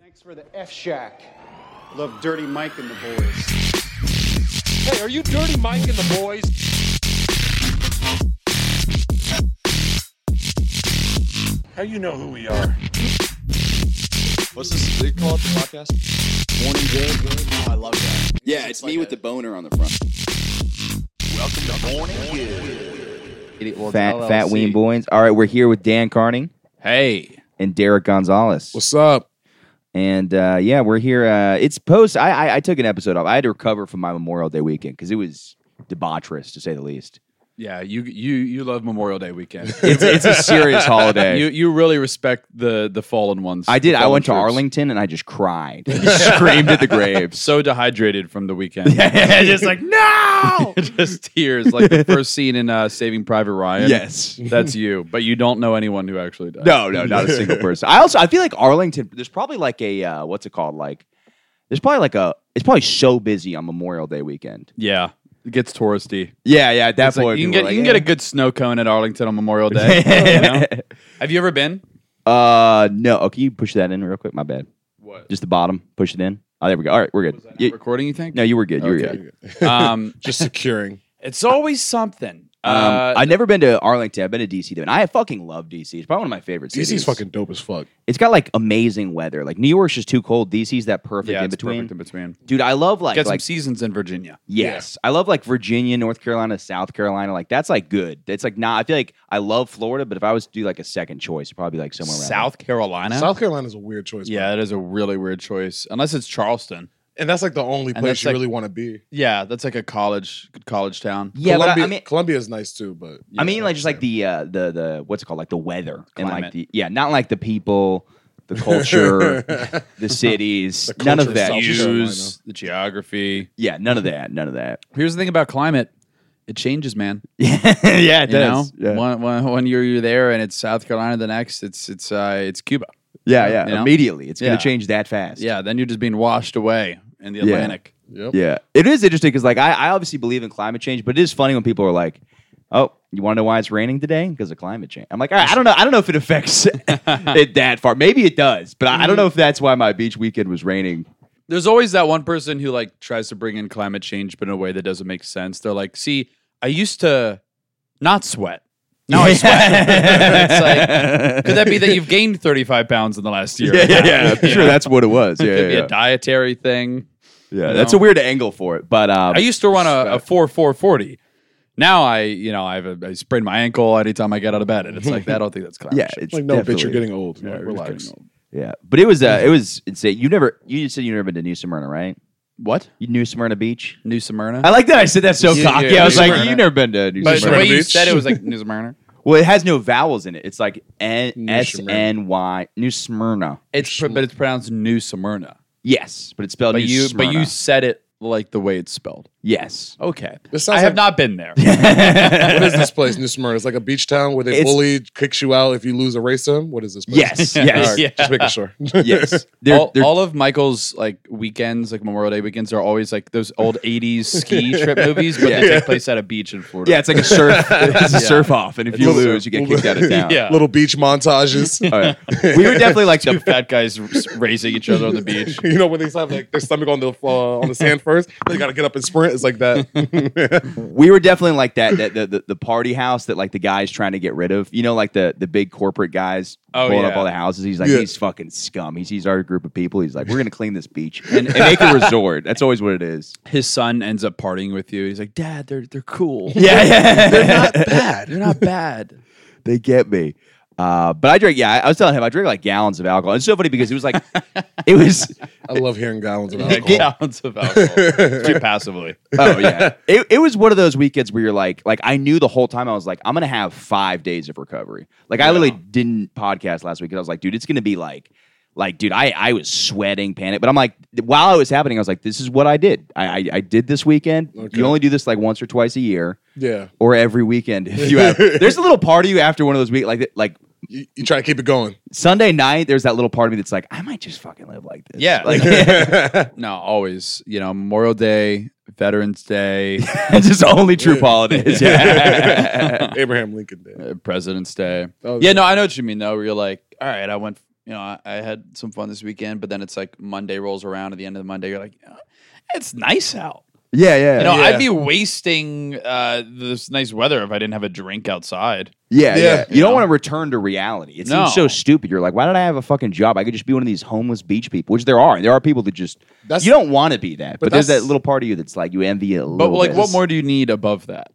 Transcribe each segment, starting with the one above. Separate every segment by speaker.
Speaker 1: Thanks for the F Shack. Love Dirty Mike and the boys.
Speaker 2: Hey, are you Dirty Mike and the boys? How you know who we are?
Speaker 3: What's this? They call it the podcast? Morning Good. I love that.
Speaker 4: Yeah, it's, me with the boner on the front. Fat fat ween boys. All right, we're here with Dan Carning
Speaker 3: Hey,
Speaker 4: and Derek Gonzalez,
Speaker 3: what's up?
Speaker 4: and uh, yeah, we're here. Uh, it's post. I, I I took an episode off. I had to recover from my Memorial Day weekend because it was debaucherous to say the least.
Speaker 5: Yeah, you you you love Memorial Day weekend.
Speaker 4: It's, it's a serious holiday.
Speaker 5: you you really respect the the fallen ones.
Speaker 4: I did.
Speaker 5: the
Speaker 4: I
Speaker 5: fallen
Speaker 4: went to
Speaker 5: troops.
Speaker 4: Arlington and I just cried, screamed at the graves.
Speaker 5: So dehydrated from the weekend,
Speaker 4: just like no.
Speaker 5: just tears like the first scene in uh, Saving Private Ryan.
Speaker 4: yes.
Speaker 5: that's you. But you don't know anyone who actually does.
Speaker 4: No, no, not a single person. I also I feel like Arlington. There's probably like a uh, what's it called? Like there's probably like a it's probably so busy on Memorial Day weekend.
Speaker 5: Yeah, it gets touristy.
Speaker 4: Yeah, yeah, at that
Speaker 5: It's like, you can get you can get
Speaker 4: eh.
Speaker 5: a good snow cone at Arlington on Memorial Day. you know? Have you ever been?
Speaker 4: Uh, no. Oh, can you push that in real quick? My bad.
Speaker 5: What?
Speaker 4: Just the bottom. Push it in. Oh, there we go. All right, we're good. You-
Speaker 5: recording? You think?
Speaker 4: no, you were good. You were
Speaker 5: Okay.
Speaker 4: good.
Speaker 5: um,
Speaker 3: Just securing.
Speaker 5: it's always something.
Speaker 4: Um,
Speaker 5: Uh,
Speaker 4: I've never been to Arlington. I've been to DC though, and I fucking love DC. It's probably one of my favorite cities.
Speaker 3: DC's fucking dope as fuck.
Speaker 4: It's got like amazing weather. Like New York's just too cold. DC's that perfect
Speaker 5: yeah,
Speaker 4: in
Speaker 5: it's
Speaker 4: between.
Speaker 5: perfect in between.
Speaker 4: Dude, I love like
Speaker 5: Got some
Speaker 4: like
Speaker 5: seasons in Virginia.
Speaker 4: Yes. I love like Virginia, North Carolina, South Carolina. Like that's like good. It's like not I feel like I love Florida, but if I was to do like a second choice, it'd probably be like somewhere around
Speaker 5: South Carolina.
Speaker 3: South Carolina's a weird choice. bro.
Speaker 5: yeah, that is a really weird choice. Unless it's Charleston.
Speaker 3: and that's like the only
Speaker 5: And
Speaker 3: place
Speaker 5: that's
Speaker 3: you
Speaker 5: like-
Speaker 3: really want to be.
Speaker 5: Yeah, that's like a college college town.
Speaker 4: there. Yeah, but I-
Speaker 3: Columbia,
Speaker 4: I, mean
Speaker 3: Columbia's nice too, but
Speaker 4: I mean like just like the uh the the what's it called? Like the weather. And like
Speaker 5: Climate.
Speaker 4: the yeah, not like the people, the culture, the cities.
Speaker 3: The
Speaker 4: none
Speaker 3: culture
Speaker 4: of that.
Speaker 3: itself.
Speaker 4: You-
Speaker 3: Carolina.
Speaker 5: Views, the geography.
Speaker 4: Yeah, none of that. None of that.
Speaker 5: Here's the thing about climate. It changes, man.
Speaker 4: yeah, it
Speaker 5: You know,
Speaker 4: does. Yeah.
Speaker 5: one, one, one year you're there and it's South Carolina. The next, it's it's uh, it's Cuba.
Speaker 4: yeah, yeah.
Speaker 5: you know?
Speaker 4: Immediately. It's
Speaker 5: Yeah.
Speaker 4: gonna change that fast.
Speaker 5: Yeah, then you're just being washed away in the Atlantic.
Speaker 3: Yep.
Speaker 4: Yeah, it is interesting because like I, I obviously believe in climate change, but it is funny when people are like, "Oh, you want to know why it's raining today? Because of climate change." I'm like, "All right, I don't know. I don't know if it affects it that far. Maybe it does, but I, I don't know if that's why my beach weekend was raining."
Speaker 5: There's always that one person who like tries to bring in climate change, but in a way that doesn't make sense. They're like, "See, I used to not sweat. Now I sweat." It's like, Could that be that you've gained 35 pounds in the last year?
Speaker 4: yeah, yeah, yeah. I'm sure that's what it was. Yeah,
Speaker 5: Could
Speaker 4: yeah,
Speaker 5: be
Speaker 4: yeah.
Speaker 5: a dietary thing.
Speaker 4: Yeah, That's a weird angle for it, but um,
Speaker 5: I used to run a, a four four forty. Now I, you know, I have a, I sprained my ankle anytime I get out of bed, and it's like I don't think that's climate.
Speaker 4: yeah,
Speaker 5: change.
Speaker 4: it's
Speaker 3: Like no, bitch, you're
Speaker 4: definitely-
Speaker 3: getting old. Like,
Speaker 5: we're
Speaker 3: relax.
Speaker 5: getting old.
Speaker 4: Yeah, but it was uh, it was insane. You never you said you never been to New Smyrna, right?
Speaker 5: what
Speaker 4: You New Smyrna Beach.
Speaker 5: New Smyrna?
Speaker 4: I like that I said that so
Speaker 5: Yeah,
Speaker 4: cocky.
Speaker 5: yeah,
Speaker 4: I was
Speaker 5: New
Speaker 4: like,
Speaker 5: Smyrna.
Speaker 4: "You never been to New
Speaker 5: but the
Speaker 4: Smyrna?"
Speaker 5: way you
Speaker 3: Beach.
Speaker 5: said it was like New Smyrna.
Speaker 4: Well, it has no vowels in it. It's like N
Speaker 3: New
Speaker 4: S
Speaker 3: Smyrna.
Speaker 4: N Y New Smyrna.
Speaker 5: It's pr- but it's pronounced New Smyrna.
Speaker 4: Yes, but it's spelled
Speaker 5: But
Speaker 4: New
Speaker 5: you
Speaker 4: Smyrna.
Speaker 5: but you said it like the way it's spelled.
Speaker 4: yes.
Speaker 5: Okay,
Speaker 3: This
Speaker 5: I
Speaker 3: sounds
Speaker 5: have
Speaker 3: like-
Speaker 5: not been there.
Speaker 3: What is this place, New Smyrna? It's like a beach town where they
Speaker 4: It's-
Speaker 3: bully, kicks you out if you lose a race to them. What is this place?
Speaker 4: Yes.
Speaker 3: All
Speaker 4: Yes.
Speaker 3: right, Just making sure.
Speaker 4: yes. They're,
Speaker 5: all,
Speaker 4: they're-
Speaker 5: all of Michael's like weekends, like Memorial Day weekends, are always like those old '80s ski trip movies, but they take place at a beach in Florida.
Speaker 4: yeah, it's like a surf. It's a surf off, and if you
Speaker 3: Little-
Speaker 4: lose, you get kicked out of town.
Speaker 5: Yeah.
Speaker 3: Little beach montages.
Speaker 4: All right. We were definitely like
Speaker 5: two
Speaker 4: the
Speaker 5: fat guys r- racing each other on the beach.
Speaker 3: you know when they have like their stomach on the uh, on the sand first, they gotta get up and sprint. It's like that.
Speaker 4: we were definitely like that, that the, the the party house that like the guys trying to get rid of. You know, like the the big corporate guys
Speaker 5: Oh,
Speaker 4: blowing up
Speaker 5: yeah.
Speaker 4: all the houses. He's like,
Speaker 3: Yeah.
Speaker 4: he's fucking scum. He sees our group of people. He's like, we're gonna clean this beach and, and make a resort. That's always what it is.
Speaker 5: his son ends up partying with you. He's like, Dad, they're they're cool.
Speaker 4: Yeah, yeah.
Speaker 5: bad. They're not bad.
Speaker 4: they get me. Uh, but I drink, yeah, I, I was telling him I drink like gallons of alcohol. It's so funny because it was like, it was,
Speaker 3: I love hearing gallons of
Speaker 5: Like
Speaker 3: alcohol.
Speaker 5: gallons of alcohol. Very passively.
Speaker 4: oh yeah, it, it was one of those weekends where you're like, like I knew the whole time I was like, I'm gonna have five days of recovery. Like I literally didn't podcast last week because I was like, dude, it's gonna be like, like dude, I I was sweating, panic, but I'm like, while it was happening, I was like, this is what I did. I I, I did this weekend.
Speaker 3: Okay.
Speaker 4: You only do this like once or twice a year.
Speaker 3: Yeah,
Speaker 4: Or every weekend, if you have, there's a little part of you after one of those week, like like
Speaker 3: you, you try to keep it going.
Speaker 4: Sunday night, there's that little part of me that's like, I might just fucking live like this.
Speaker 5: Yeah.
Speaker 4: Like,
Speaker 5: No, always. You know, Memorial Day, Veterans Day,
Speaker 4: just only true holidays. Yeah.
Speaker 3: Abraham Lincoln did.
Speaker 5: uh, President's Day.
Speaker 3: Oh,
Speaker 5: yeah, no, I know what you mean though. Where you're like, all right, I went, you know, I, I had some fun this weekend, but then it's like Monday rolls around at the end of the Monday, you're like, "Uh, it's nice out.
Speaker 4: Yeah, yeah,
Speaker 5: You know,
Speaker 2: Yeah.
Speaker 5: I'd be wasting uh, this nice weather if I didn't have a drink outside.
Speaker 4: yeah,
Speaker 2: Yeah.
Speaker 4: yeah. You,
Speaker 5: You
Speaker 4: don't
Speaker 5: know?
Speaker 4: want to return to reality. It
Speaker 5: No.
Speaker 4: seems so stupid. You're like, why did I have a fucking job? I could just be one of these homeless beach people, which there are. There are people that just
Speaker 2: That's-
Speaker 4: you don't want to be that, but, there's that
Speaker 2: that's-
Speaker 4: little part of you that's like you envy it a
Speaker 5: But
Speaker 4: little.
Speaker 5: like,
Speaker 4: bit.
Speaker 5: what more do you need above that?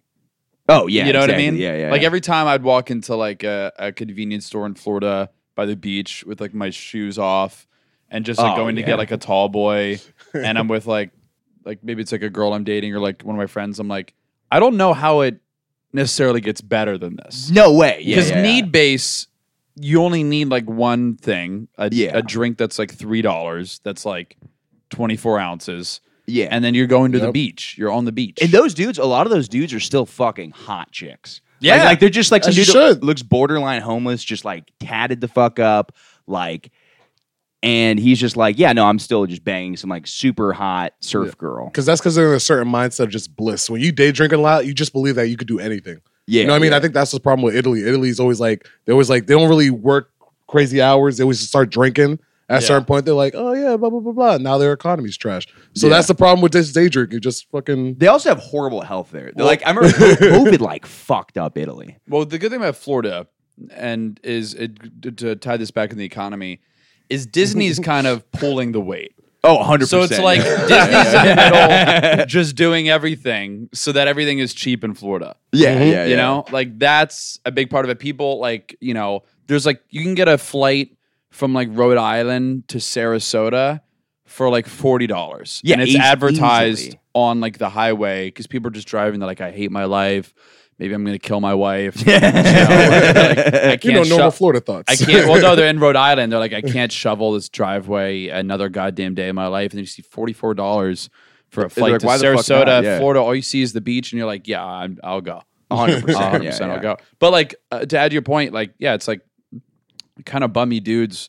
Speaker 4: Oh yeah,
Speaker 5: you know
Speaker 4: exactly.
Speaker 5: what I mean?
Speaker 4: Yeah, yeah.
Speaker 5: Like
Speaker 4: yeah.
Speaker 5: every time I'd walk into like a, a convenience store in Florida by the beach with like my shoes off and just like
Speaker 4: Oh,
Speaker 5: going to
Speaker 4: yeah.
Speaker 5: get like a tall boy and I'm with like like maybe it's like a girl I'm dating or like one of my friends. I'm like, I don't know how it necessarily gets better than this.
Speaker 4: no way. Yeah,
Speaker 5: Because
Speaker 4: yeah, yeah.
Speaker 5: need base, you only need like one thing, a,
Speaker 4: Yeah.
Speaker 5: a drink that's like three dollars, that's like twenty four ounces,
Speaker 4: yeah,
Speaker 5: and then you're going to the
Speaker 2: Yep.
Speaker 5: beach. You're on the beach.
Speaker 4: And those dudes, a lot of those dudes are still fucking hot chicks.
Speaker 5: Yeah.
Speaker 4: Like, like, they're just like some
Speaker 2: As you
Speaker 4: dude that
Speaker 2: should.
Speaker 4: looks borderline homeless, just like tatted the fuck up, like and he's just like, Yeah, no, I'm still just banging some like super hot surf girl.
Speaker 2: Because that's because they're in a certain mindset of just bliss. When you day drink a lot, you just believe that you could do anything.
Speaker 4: Yeah.
Speaker 2: you know what I mean?
Speaker 4: yeah.
Speaker 2: I think that's the problem with Italy. Italy's always like they always like they don't really work crazy hours. They always just start drinking. At a
Speaker 5: Yeah.
Speaker 2: certain point, they're like, "Oh yeah, blah blah blah blah." Now their economy's trash. So
Speaker 4: Yeah.
Speaker 2: that's the problem with this day drink. You just fucking
Speaker 4: they also have horrible health there. They're like I remember COVID like fucked up Italy.
Speaker 5: Well, the good thing about Florida and is it, to- to tie this back in the economy is Disney's kind of pulling the weight.
Speaker 4: Oh, 100%.
Speaker 5: So it's like Disney's in the middle just doing everything so that everything is cheap in Florida.
Speaker 4: yeah, yeah, yeah.
Speaker 5: You know, like that's a big part of it. People like, you know, there's like you can get a flight from like Rhode Island to Sarasota for like forty dollars.
Speaker 4: Yeah,
Speaker 5: and it's
Speaker 4: eas-
Speaker 5: advertised
Speaker 4: easily.
Speaker 5: on like the highway because people are just driving. They're like, I hate my life. Maybe I'm gonna kill my wife. You know, like, I can't
Speaker 2: you know normal
Speaker 5: shove-
Speaker 2: Florida thoughts.
Speaker 5: I can't. Well, no, they're in Rhode Island. They're like, I can't shovel this driveway another goddamn day of my life. And then you see forty four dollars for a flight
Speaker 4: like,
Speaker 5: to
Speaker 4: why the fuck
Speaker 5: Sarasota,
Speaker 4: not? Yeah.
Speaker 5: Florida. All you see is the beach, and you're like, yeah, I'm, I'll go.
Speaker 4: 100%.
Speaker 5: A hundred
Speaker 4: yeah,
Speaker 5: percent, I'll
Speaker 4: yeah.
Speaker 5: go. But like uh, to add to your point, like yeah, it's like kind of bummy dudes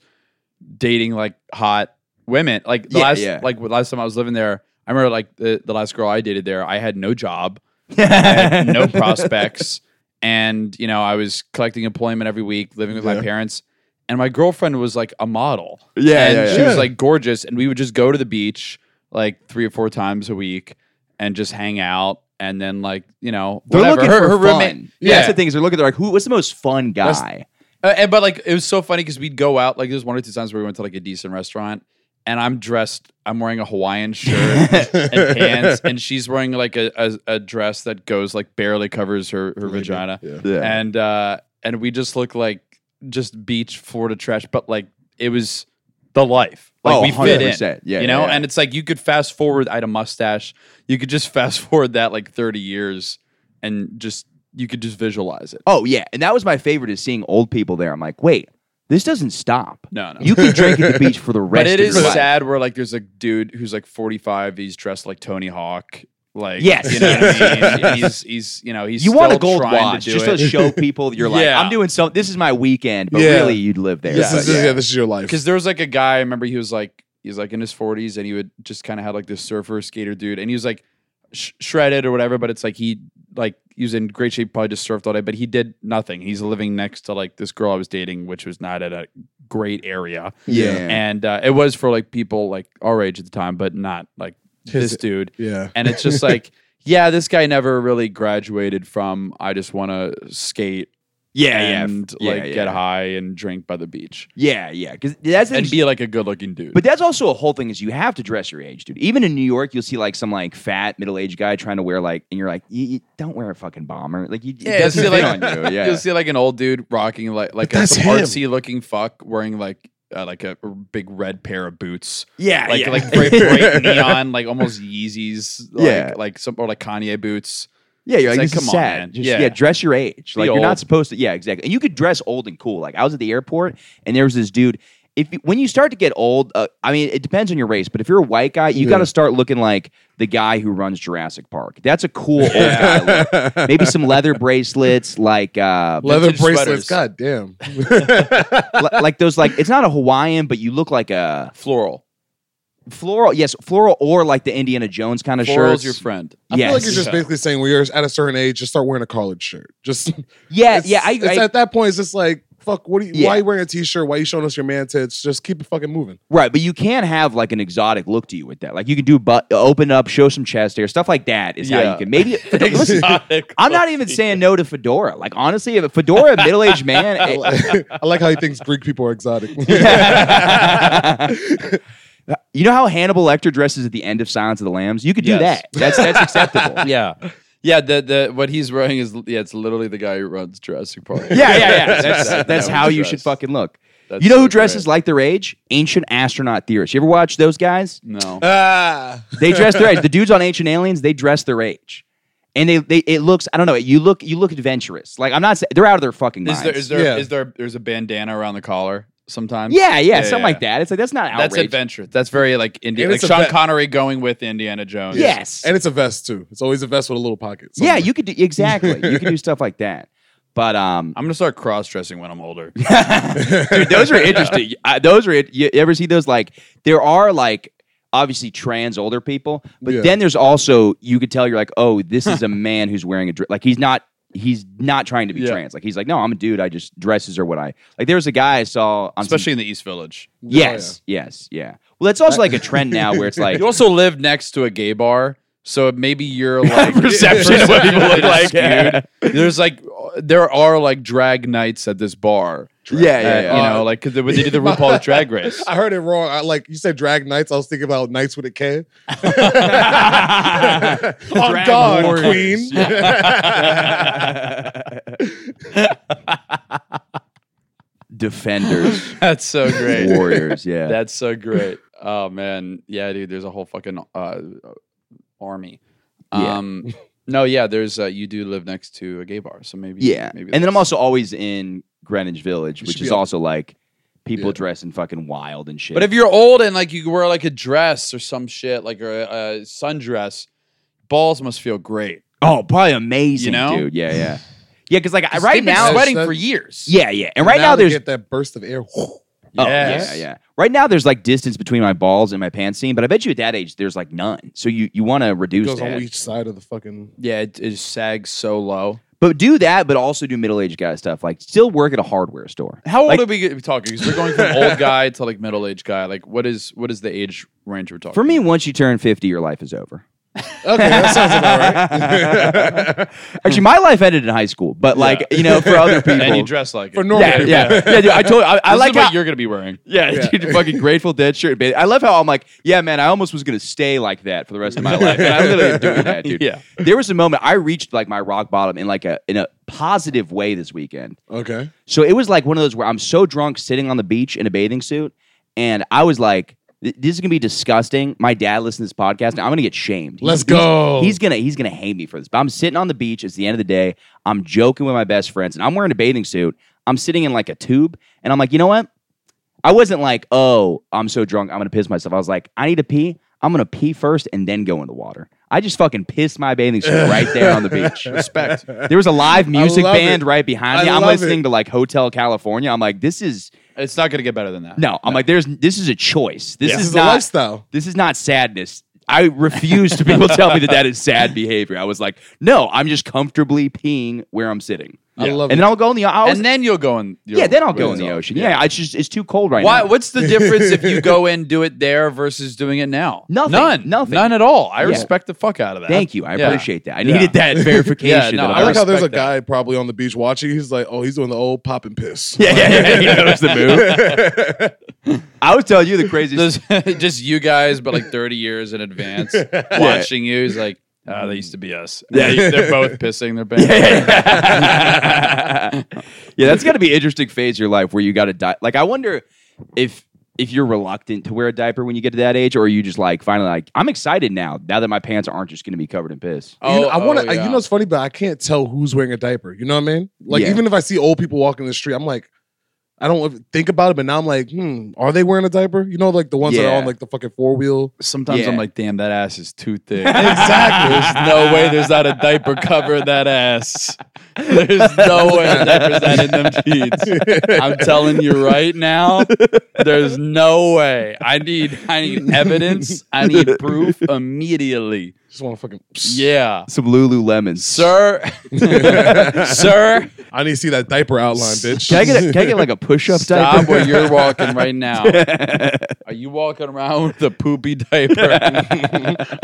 Speaker 5: dating like hot women. Like the
Speaker 4: Yeah,
Speaker 5: last,
Speaker 4: yeah.
Speaker 5: like last time I was living there, I remember like the, the last girl I dated there, I had no job, I had no prospects, and you know I was collecting employment every week, living with my
Speaker 2: Yeah.
Speaker 5: parents. And my girlfriend was like a model.
Speaker 4: Yeah,
Speaker 5: And
Speaker 4: yeah,
Speaker 5: she
Speaker 2: yeah.
Speaker 5: was like gorgeous. And we would just go to the beach like three or four times a week and just hang out. And then like, you know,
Speaker 4: They're
Speaker 5: whatever.
Speaker 4: looking
Speaker 5: her,
Speaker 4: for
Speaker 5: her
Speaker 4: fun.
Speaker 5: roommate.
Speaker 4: Yeah. That's the thing is they're looking. They're like, who? What's the most fun
Speaker 2: That's-
Speaker 4: guy?
Speaker 5: Uh, and but like it was so funny because we'd go out like there's one or two times where we went to like a decent restaurant and I'm dressed I'm wearing a Hawaiian shirt and pants and she's wearing like a, a, a dress that goes like barely covers her, her vagina
Speaker 2: Yeah.
Speaker 4: yeah.
Speaker 5: and uh and we just look like just beach Florida trash but like it was the life like
Speaker 4: Oh,
Speaker 5: we fit in
Speaker 4: 100%. Yeah,
Speaker 5: you know
Speaker 4: yeah, yeah.
Speaker 5: and it's like you could fast forward I had a mustache you could just fast forward that like 30 years and just you could just visualize it
Speaker 4: Oh yeah, and that was my favorite is seeing old people there. I'm like, wait, this doesn't stop.
Speaker 5: No, no.
Speaker 4: you can drink at the beach for the
Speaker 5: But
Speaker 4: rest.
Speaker 5: it
Speaker 4: of
Speaker 5: is
Speaker 4: your life.
Speaker 5: sad where like there's a dude who's like 45. He's dressed like Tony Hawk. Like
Speaker 4: Yes.
Speaker 5: you know what I
Speaker 4: Yes.
Speaker 5: mean. He's he's you know he's
Speaker 4: You want a
Speaker 5: still
Speaker 4: gold
Speaker 5: trying
Speaker 4: watch
Speaker 5: to do
Speaker 4: just
Speaker 5: it.
Speaker 4: to show people that you're like,
Speaker 5: Yeah.
Speaker 4: I'm doing something. This is my weekend, but
Speaker 2: Yeah.
Speaker 4: really, you'd live there.
Speaker 2: This
Speaker 4: But
Speaker 2: is
Speaker 4: yeah.
Speaker 2: yeah. this is your life.
Speaker 5: Because there was like a guy, I remember he was like, he was like in his 40s and he would just kind of had like this surfer skater dude and he was like sh- shredded or whatever, but it's like he, like, he was in great shape, probably just surfed all day, but he did nothing. He's living next to like this girl I was dating, which was not at a great area.
Speaker 4: Yeah.
Speaker 5: And uh, it was for like people like our age at the time, but not like
Speaker 4: e-,
Speaker 5: this dude.
Speaker 2: yeah.
Speaker 5: And it's just like, yeah, this guy never really graduated from I just want to skate
Speaker 4: yeah, yeah,
Speaker 5: and
Speaker 4: yeah,
Speaker 5: like
Speaker 4: yeah.
Speaker 5: get high and drink by the beach
Speaker 4: Yeah, yeah, because that's the
Speaker 5: and
Speaker 4: thing-
Speaker 5: be like a good looking dude.
Speaker 4: But that's also a whole thing is you have to dress your age, dude. Even in New York, you'll see like some like fat middle aged guy trying to wear like, and you're like, you, you don't wear a fucking bomber, like you it
Speaker 5: yeah, you'll
Speaker 4: doesn't
Speaker 5: see
Speaker 4: fit
Speaker 5: like
Speaker 4: on you. Yeah,
Speaker 5: you'll see like an old dude rocking like like a,
Speaker 2: that's
Speaker 5: some
Speaker 2: him.
Speaker 5: artsy looking fuck wearing like uh, like a big red pair of boots,
Speaker 4: yeah,
Speaker 5: like
Speaker 4: Ah, yeah.
Speaker 5: like bright, bright neon, like almost Yeezys, like,
Speaker 4: Yeah.
Speaker 5: like some or like Kanye boots.
Speaker 4: Yeah, you're
Speaker 5: It's
Speaker 4: like,
Speaker 5: like,
Speaker 4: this is
Speaker 5: come on,
Speaker 4: sad.
Speaker 5: man.
Speaker 4: Just, yeah.
Speaker 5: Yeah.
Speaker 4: dress your age.
Speaker 5: Be
Speaker 4: like you're not
Speaker 5: old.
Speaker 4: supposed to. Yeah, exactly. And you could dress old and cool. Like I was at the airport, and there was this dude. If you- when you start to get old, uh, I mean, it depends on your race, but if you're a white guy, you got to start looking like the guy who runs Jurassic Park. That's a cool old guy look. Maybe some leather bracelets, like uh,
Speaker 2: Leather
Speaker 5: vintage sweaters.
Speaker 2: bracelets. God damn.
Speaker 4: li- like those, like it's not a Hawaiian, but you look like a
Speaker 5: Floral,
Speaker 4: floral. Yes, floral or like the Indiana Jones kind of
Speaker 5: floral's
Speaker 4: shirts.
Speaker 5: your friend.
Speaker 2: I feel like you're
Speaker 4: Yes.
Speaker 2: just basically saying when you're at a certain age, just start wearing a collared shirt. Just
Speaker 4: yeah,
Speaker 2: it's-
Speaker 4: yeah. I,
Speaker 2: it's
Speaker 4: I,
Speaker 2: at that point, it's just like fuck, what are you,
Speaker 4: Yeah.
Speaker 2: why are you wearing a t-shirt? Why are you showing us your man tits? Just keep it fucking moving.
Speaker 4: Right, but you can have like an exotic look to you with that. Like you can do but open up, show some chest hair, stuff like that is how
Speaker 5: Yeah.
Speaker 4: you can maybe listen, I'm not even saying no to fedora. Like honestly, if a fedora middle-aged man eh, it-
Speaker 2: I like how he thinks Greek people are exotic.
Speaker 4: You know how Hannibal Lecter dresses at the end of Silence of the Lambs? You could do
Speaker 5: Yes.
Speaker 4: that. That's that's acceptable.
Speaker 5: yeah. Yeah, the, the what he's wearing is yeah, it's literally the guy who runs Jurassic Park.
Speaker 4: Yeah, yeah, yeah. That's,
Speaker 5: That-
Speaker 4: that's
Speaker 5: that
Speaker 4: how
Speaker 5: would
Speaker 4: you
Speaker 5: dress.
Speaker 4: should fucking look.
Speaker 5: That's
Speaker 4: you know
Speaker 5: so
Speaker 4: who dresses
Speaker 5: great.
Speaker 4: like their age? Ancient astronaut theorists. You ever watch those guys?
Speaker 5: No.
Speaker 2: ah.
Speaker 4: They dress their age. The dudes on Ancient Aliens, they dress their age. And they, they it looks I don't know, you look you look adventurous. Like I'm not saying they're out of their fucking minds.
Speaker 5: Is there is there is
Speaker 2: Yeah.
Speaker 5: there there's a bandana around the collar sometimes?
Speaker 4: yeah, yeah, something
Speaker 5: yeah.
Speaker 4: like that. It's like that's not outrageous.
Speaker 5: That's adventure. That's very like Indiana.
Speaker 2: And
Speaker 5: Like
Speaker 2: it's a
Speaker 5: Sean
Speaker 2: vet-
Speaker 5: Connery going with Indiana Jones.
Speaker 4: Yes.
Speaker 2: And it's a vest too. It's always a vest with a little pocket. So-
Speaker 4: yeah, you could do exactly. You could do stuff like that. But um
Speaker 5: I'm gonna start cross dressing when I'm older.
Speaker 4: dude those are interesting I, those are it- you ever see those like there are like obviously trans older people but
Speaker 2: Yeah.
Speaker 4: then there's also you could tell you're like oh this is a man who's wearing a dress like he's not he's not trying to be
Speaker 5: Yeah.
Speaker 4: trans like he's like no i'm a dude i just dresses are what i like there was a guy i saw on some-
Speaker 5: Especially in the East Village.
Speaker 4: yes yes yeah well that's also like a trend now where it's like
Speaker 5: You also live next to a gay bar, so maybe your like
Speaker 4: Perception of what people look
Speaker 5: perception is
Speaker 4: like, yeah.
Speaker 5: skewed. There's like there are like drag nights at this bar.
Speaker 4: yeah yeah,
Speaker 5: Uh,
Speaker 4: yeah.
Speaker 5: you know, like because when they did the RuPaul Drag Race.
Speaker 2: I heard it wrong. I like you said drag nights. I was thinking about nights with a Oh, K. I'm
Speaker 4: Drag
Speaker 2: done,
Speaker 4: warriors.
Speaker 2: queen.
Speaker 4: defenders
Speaker 5: That's so great.
Speaker 4: warriors yeah
Speaker 5: That's so great. Oh man, yeah, dude. There's a whole fucking uh, army.
Speaker 4: Yeah.
Speaker 5: Um, no, yeah. There's uh, you do live next to a gay bar, so maybe
Speaker 4: Yeah.
Speaker 5: Maybe
Speaker 4: and then I'm
Speaker 5: that's-
Speaker 4: also always in Greenwich Village,
Speaker 2: You
Speaker 4: which
Speaker 2: should
Speaker 4: is
Speaker 2: be on-
Speaker 4: also like people
Speaker 2: Yeah.
Speaker 4: dressing fucking wild and shit.
Speaker 5: But if you're old and like you could wear like a dress or some shit, like or a, a sundress, balls must feel great.
Speaker 4: oh, probably amazing,
Speaker 5: You know?
Speaker 4: dude. Yeah, yeah. Yeah, because like
Speaker 5: 'Cause
Speaker 4: right
Speaker 5: they've been
Speaker 4: now
Speaker 5: sweating
Speaker 2: That's-
Speaker 5: for years.
Speaker 4: Yeah, yeah. And right
Speaker 2: now,
Speaker 4: now,
Speaker 2: they
Speaker 4: there's
Speaker 2: get that burst of air.
Speaker 4: oh,
Speaker 5: Yes.
Speaker 4: yeah, yeah. Right now there's like distance between my balls and my pants seam, but I bet you at that age there's like none. So you you want to reduce
Speaker 2: goes on
Speaker 4: that.
Speaker 2: each side of the fucking.
Speaker 5: yeah. It, it sags so low.
Speaker 4: But do that, but also do middle-aged guy stuff. Like still work at a hardware store.
Speaker 5: How old
Speaker 4: Like-
Speaker 5: Oh, are we g- talking? Because we're going from old guy to like middle aged guy. Like, what is what is the age range we're talking?
Speaker 4: For me, once you turn 50, your life is over.
Speaker 2: Okay, that sounds about right.
Speaker 4: Actually, my life ended in high school, but like, you know, for other people.
Speaker 5: and you dress like
Speaker 2: For
Speaker 5: it.
Speaker 2: normal
Speaker 4: yeah,
Speaker 2: people.
Speaker 4: yeah, yeah, dude. I told I, I
Speaker 5: This
Speaker 4: like
Speaker 5: is what
Speaker 4: how,
Speaker 5: you're gonna be wearing.
Speaker 4: Yeah,
Speaker 2: Yeah.
Speaker 4: dude, fucking Grateful Dead shirt. Baby. I love how I'm like, yeah, man, I almost was gonna stay like that for the rest of my life. And I literally am doing that, dude.
Speaker 5: Yeah.
Speaker 4: There was a moment I reached like my rock bottom in like a in a positive way this weekend.
Speaker 2: Okay.
Speaker 4: So it was like one of those where I'm so drunk sitting on the beach in a bathing suit, and I was like, th- this is gonna be disgusting. My dad listens to this podcast, and I'm gonna get shamed.
Speaker 2: Let's
Speaker 4: He's- he's-
Speaker 2: go.
Speaker 4: He's gonna he's gonna hate me for this. But I'm sitting on the beach. It's the end of the day. I'm joking with my best friends, and I'm wearing a bathing suit. I'm sitting in like a tube, and I'm like, you know what? I wasn't like, oh, I'm so drunk, I'm gonna piss myself. I was like, I need to pee. I'm gonna pee first and then go in the water. I just fucking pissed my bathing suit right there on the beach. Respect. There was a live music
Speaker 2: love
Speaker 4: band
Speaker 2: it.
Speaker 4: right behind
Speaker 2: I
Speaker 4: me. I'm
Speaker 2: love
Speaker 4: listening
Speaker 2: it.
Speaker 4: to like Hotel California. I'm like, this is
Speaker 5: It's not gonna get better than that.
Speaker 4: no. I'm like, there's this is a choice. This
Speaker 2: This
Speaker 4: is
Speaker 2: is a
Speaker 4: not
Speaker 2: lifestyle.
Speaker 4: this is not sadness. I refuse to people tell me that that is sad behavior. I was like, no, I'm just comfortably peeing where I'm sitting,
Speaker 2: I
Speaker 5: Yeah.
Speaker 2: love
Speaker 4: and then
Speaker 2: it.
Speaker 4: I'll go in the. I was,
Speaker 5: and then you'll go in. you'll-
Speaker 4: yeah, then I'll go in the
Speaker 5: you'll-
Speaker 4: ocean. Yeah, it's just it's too cold right
Speaker 5: Why?
Speaker 4: now.
Speaker 5: What's the difference if you go in, do it there versus doing it now?
Speaker 4: Nothing.
Speaker 5: None.
Speaker 4: Nothing.
Speaker 5: None at all. I
Speaker 4: Yeah.
Speaker 5: respect the fuck out of that.
Speaker 4: Thank you, I
Speaker 5: Yeah.
Speaker 4: appreciate that. I
Speaker 5: Yeah.
Speaker 4: needed that verification.
Speaker 5: Yeah, no,
Speaker 4: that
Speaker 5: I
Speaker 2: I
Speaker 4: was-
Speaker 2: like how there's a
Speaker 5: respect that.
Speaker 2: guy probably on the beach watching. He's like, oh, he's doing the old pop and piss.
Speaker 4: Yeah, yeah, yeah. He knows the move. I was telling you the craziest.
Speaker 5: Those- just you guys, but like 30 years in advance, watching you. He's like, oh, they used to be us. Yeah, they're both pissing their pants.
Speaker 4: yeah, that's got to be an interesting phase of your life where you got to die. Like, I wonder if if you're reluctant to wear a diaper when you get to that age, or are you just like finally like I'm excited now now that my pants aren't just going to be covered in piss.
Speaker 2: You know, I want to.
Speaker 5: oh, yeah.
Speaker 2: You know, it's funny, but I can't tell who's wearing a diaper. You know what I mean? Like,
Speaker 4: Yeah.
Speaker 2: even if I see old people walking the street, I'm like, I don't think about it, but now I'm like, hmm, are they wearing a diaper? You know, like the ones that are
Speaker 4: Yeah.
Speaker 2: on like the fucking four wheel.
Speaker 5: Sometimes I'm
Speaker 4: Yeah.
Speaker 5: like, damn, that ass is too thick. exactly. There's no way there's not a diaper covering that ass. There's no way a diaper's not in them jeans. I'm telling you right now, there's no way. I need I need evidence. I need proof immediately.
Speaker 2: Just want to fucking.
Speaker 5: Yeah.
Speaker 4: Some Lululemons,
Speaker 5: Sir, sir,
Speaker 2: I need to see that diaper outline, bitch.
Speaker 4: Can I get a, can I get like a push up
Speaker 5: stop
Speaker 4: diaper?
Speaker 5: where you're walking right now. Are you walking around with a poopy diaper?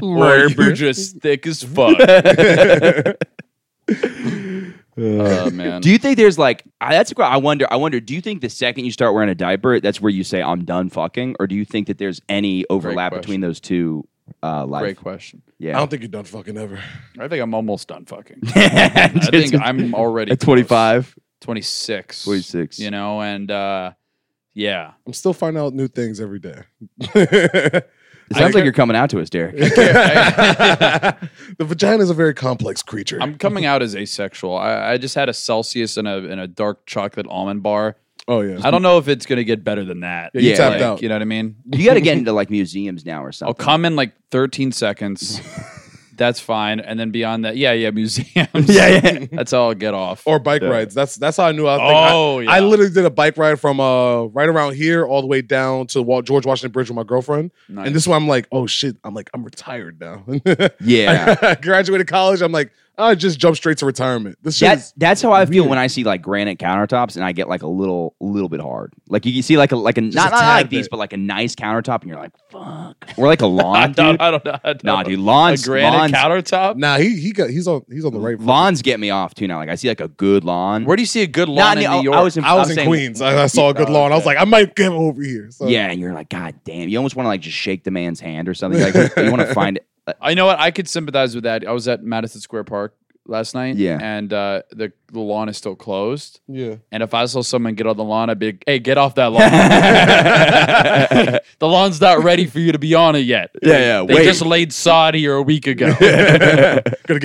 Speaker 5: or are you just thick as fuck?
Speaker 2: Uh,
Speaker 5: oh man.
Speaker 4: Do you think there's like I, that's what I wonder. I wonder. Do you think the second you start wearing a diaper, that's where you say I'm done fucking, or do you think that there's any overlap
Speaker 5: question.
Speaker 4: between those two? Uh,
Speaker 5: Great
Speaker 4: life.
Speaker 5: question.
Speaker 2: I
Speaker 4: Yeah.
Speaker 2: don't think you're done fucking ever.
Speaker 5: I think I'm almost done fucking. I
Speaker 4: I
Speaker 5: think I'm already
Speaker 4: at 25,
Speaker 5: close. 26.
Speaker 4: 26.
Speaker 5: You know, and uh yeah.
Speaker 2: I'm still finding out new things every day. the
Speaker 4: It sounds like you're coming out to us, Derek.
Speaker 2: vagina is a very complex creature.
Speaker 5: I'm coming out as asexual. I, I just had a Celsius and a and a dark chocolate almond bar.
Speaker 2: oh yeah,
Speaker 5: I don't know if it's gonna get better than that.
Speaker 2: Yeah, you
Speaker 4: Yeah,
Speaker 2: tapped
Speaker 5: Like,
Speaker 2: out.
Speaker 5: You know what I mean?
Speaker 4: you got to get into like museums now or
Speaker 5: I'll
Speaker 4: something.
Speaker 5: come in like 13 seconds. That's fine. And then beyond that, yeah, yeah, museums.
Speaker 4: yeah.
Speaker 5: That's all I'll get off.
Speaker 2: Or bike rides. That's that's how I knew. I was
Speaker 5: Oh,
Speaker 2: thinking. I, I
Speaker 5: yeah.
Speaker 2: literally did a bike ride from uh right around here all the way down to Wa- George Washington Bridge with my girlfriend.
Speaker 5: Nice.
Speaker 2: And this one, I'm like, oh shit. I'm like, I'm retired now.
Speaker 4: Yeah.
Speaker 2: I graduated college. I'm like, I just jump straight to retirement. This shit
Speaker 4: That's
Speaker 2: is
Speaker 4: that's how I feel when I see like granite countertops, and I get like a little little bit hard. Like you can see like a like a not,
Speaker 2: a
Speaker 4: not like
Speaker 2: tad
Speaker 4: these,
Speaker 2: bit.
Speaker 4: but like a nice countertop, and you're like, fuck. Or like a
Speaker 5: I
Speaker 4: lawn,
Speaker 5: don't,
Speaker 4: dude.
Speaker 5: I don't know. I don't
Speaker 4: Nah,
Speaker 5: know.
Speaker 4: dude, lawns,
Speaker 5: a granite
Speaker 4: lawns,
Speaker 5: countertop.
Speaker 2: nah. He he got he's on he's on the right.
Speaker 4: lawns get me off too now. Like I see like a good lawn.
Speaker 5: Where do you see a good lawn
Speaker 4: Not
Speaker 5: in
Speaker 4: I-
Speaker 5: New York?
Speaker 4: I was in,
Speaker 2: I was
Speaker 4: I'm
Speaker 2: in
Speaker 4: saying-
Speaker 2: Queens. I, I saw a good lawn. I was like, I might get over here. So,
Speaker 4: Yeah, and you're like, God damn! You almost want to like just shake the man's hand or something. Like you want to find it.
Speaker 5: I know what I could sympathize with that. I was at Madison Square Park last night.
Speaker 4: Yeah.
Speaker 5: and uh, the the lawn is still closed.
Speaker 2: yeah.
Speaker 5: And if I saw someone get on the lawn, I'd be, like, hey, get off that lawn. the lawn's not ready for you to be on it yet.
Speaker 4: Yeah, yeah,
Speaker 5: They
Speaker 4: wait.
Speaker 5: just laid sod here a week ago.
Speaker 2: Gonna give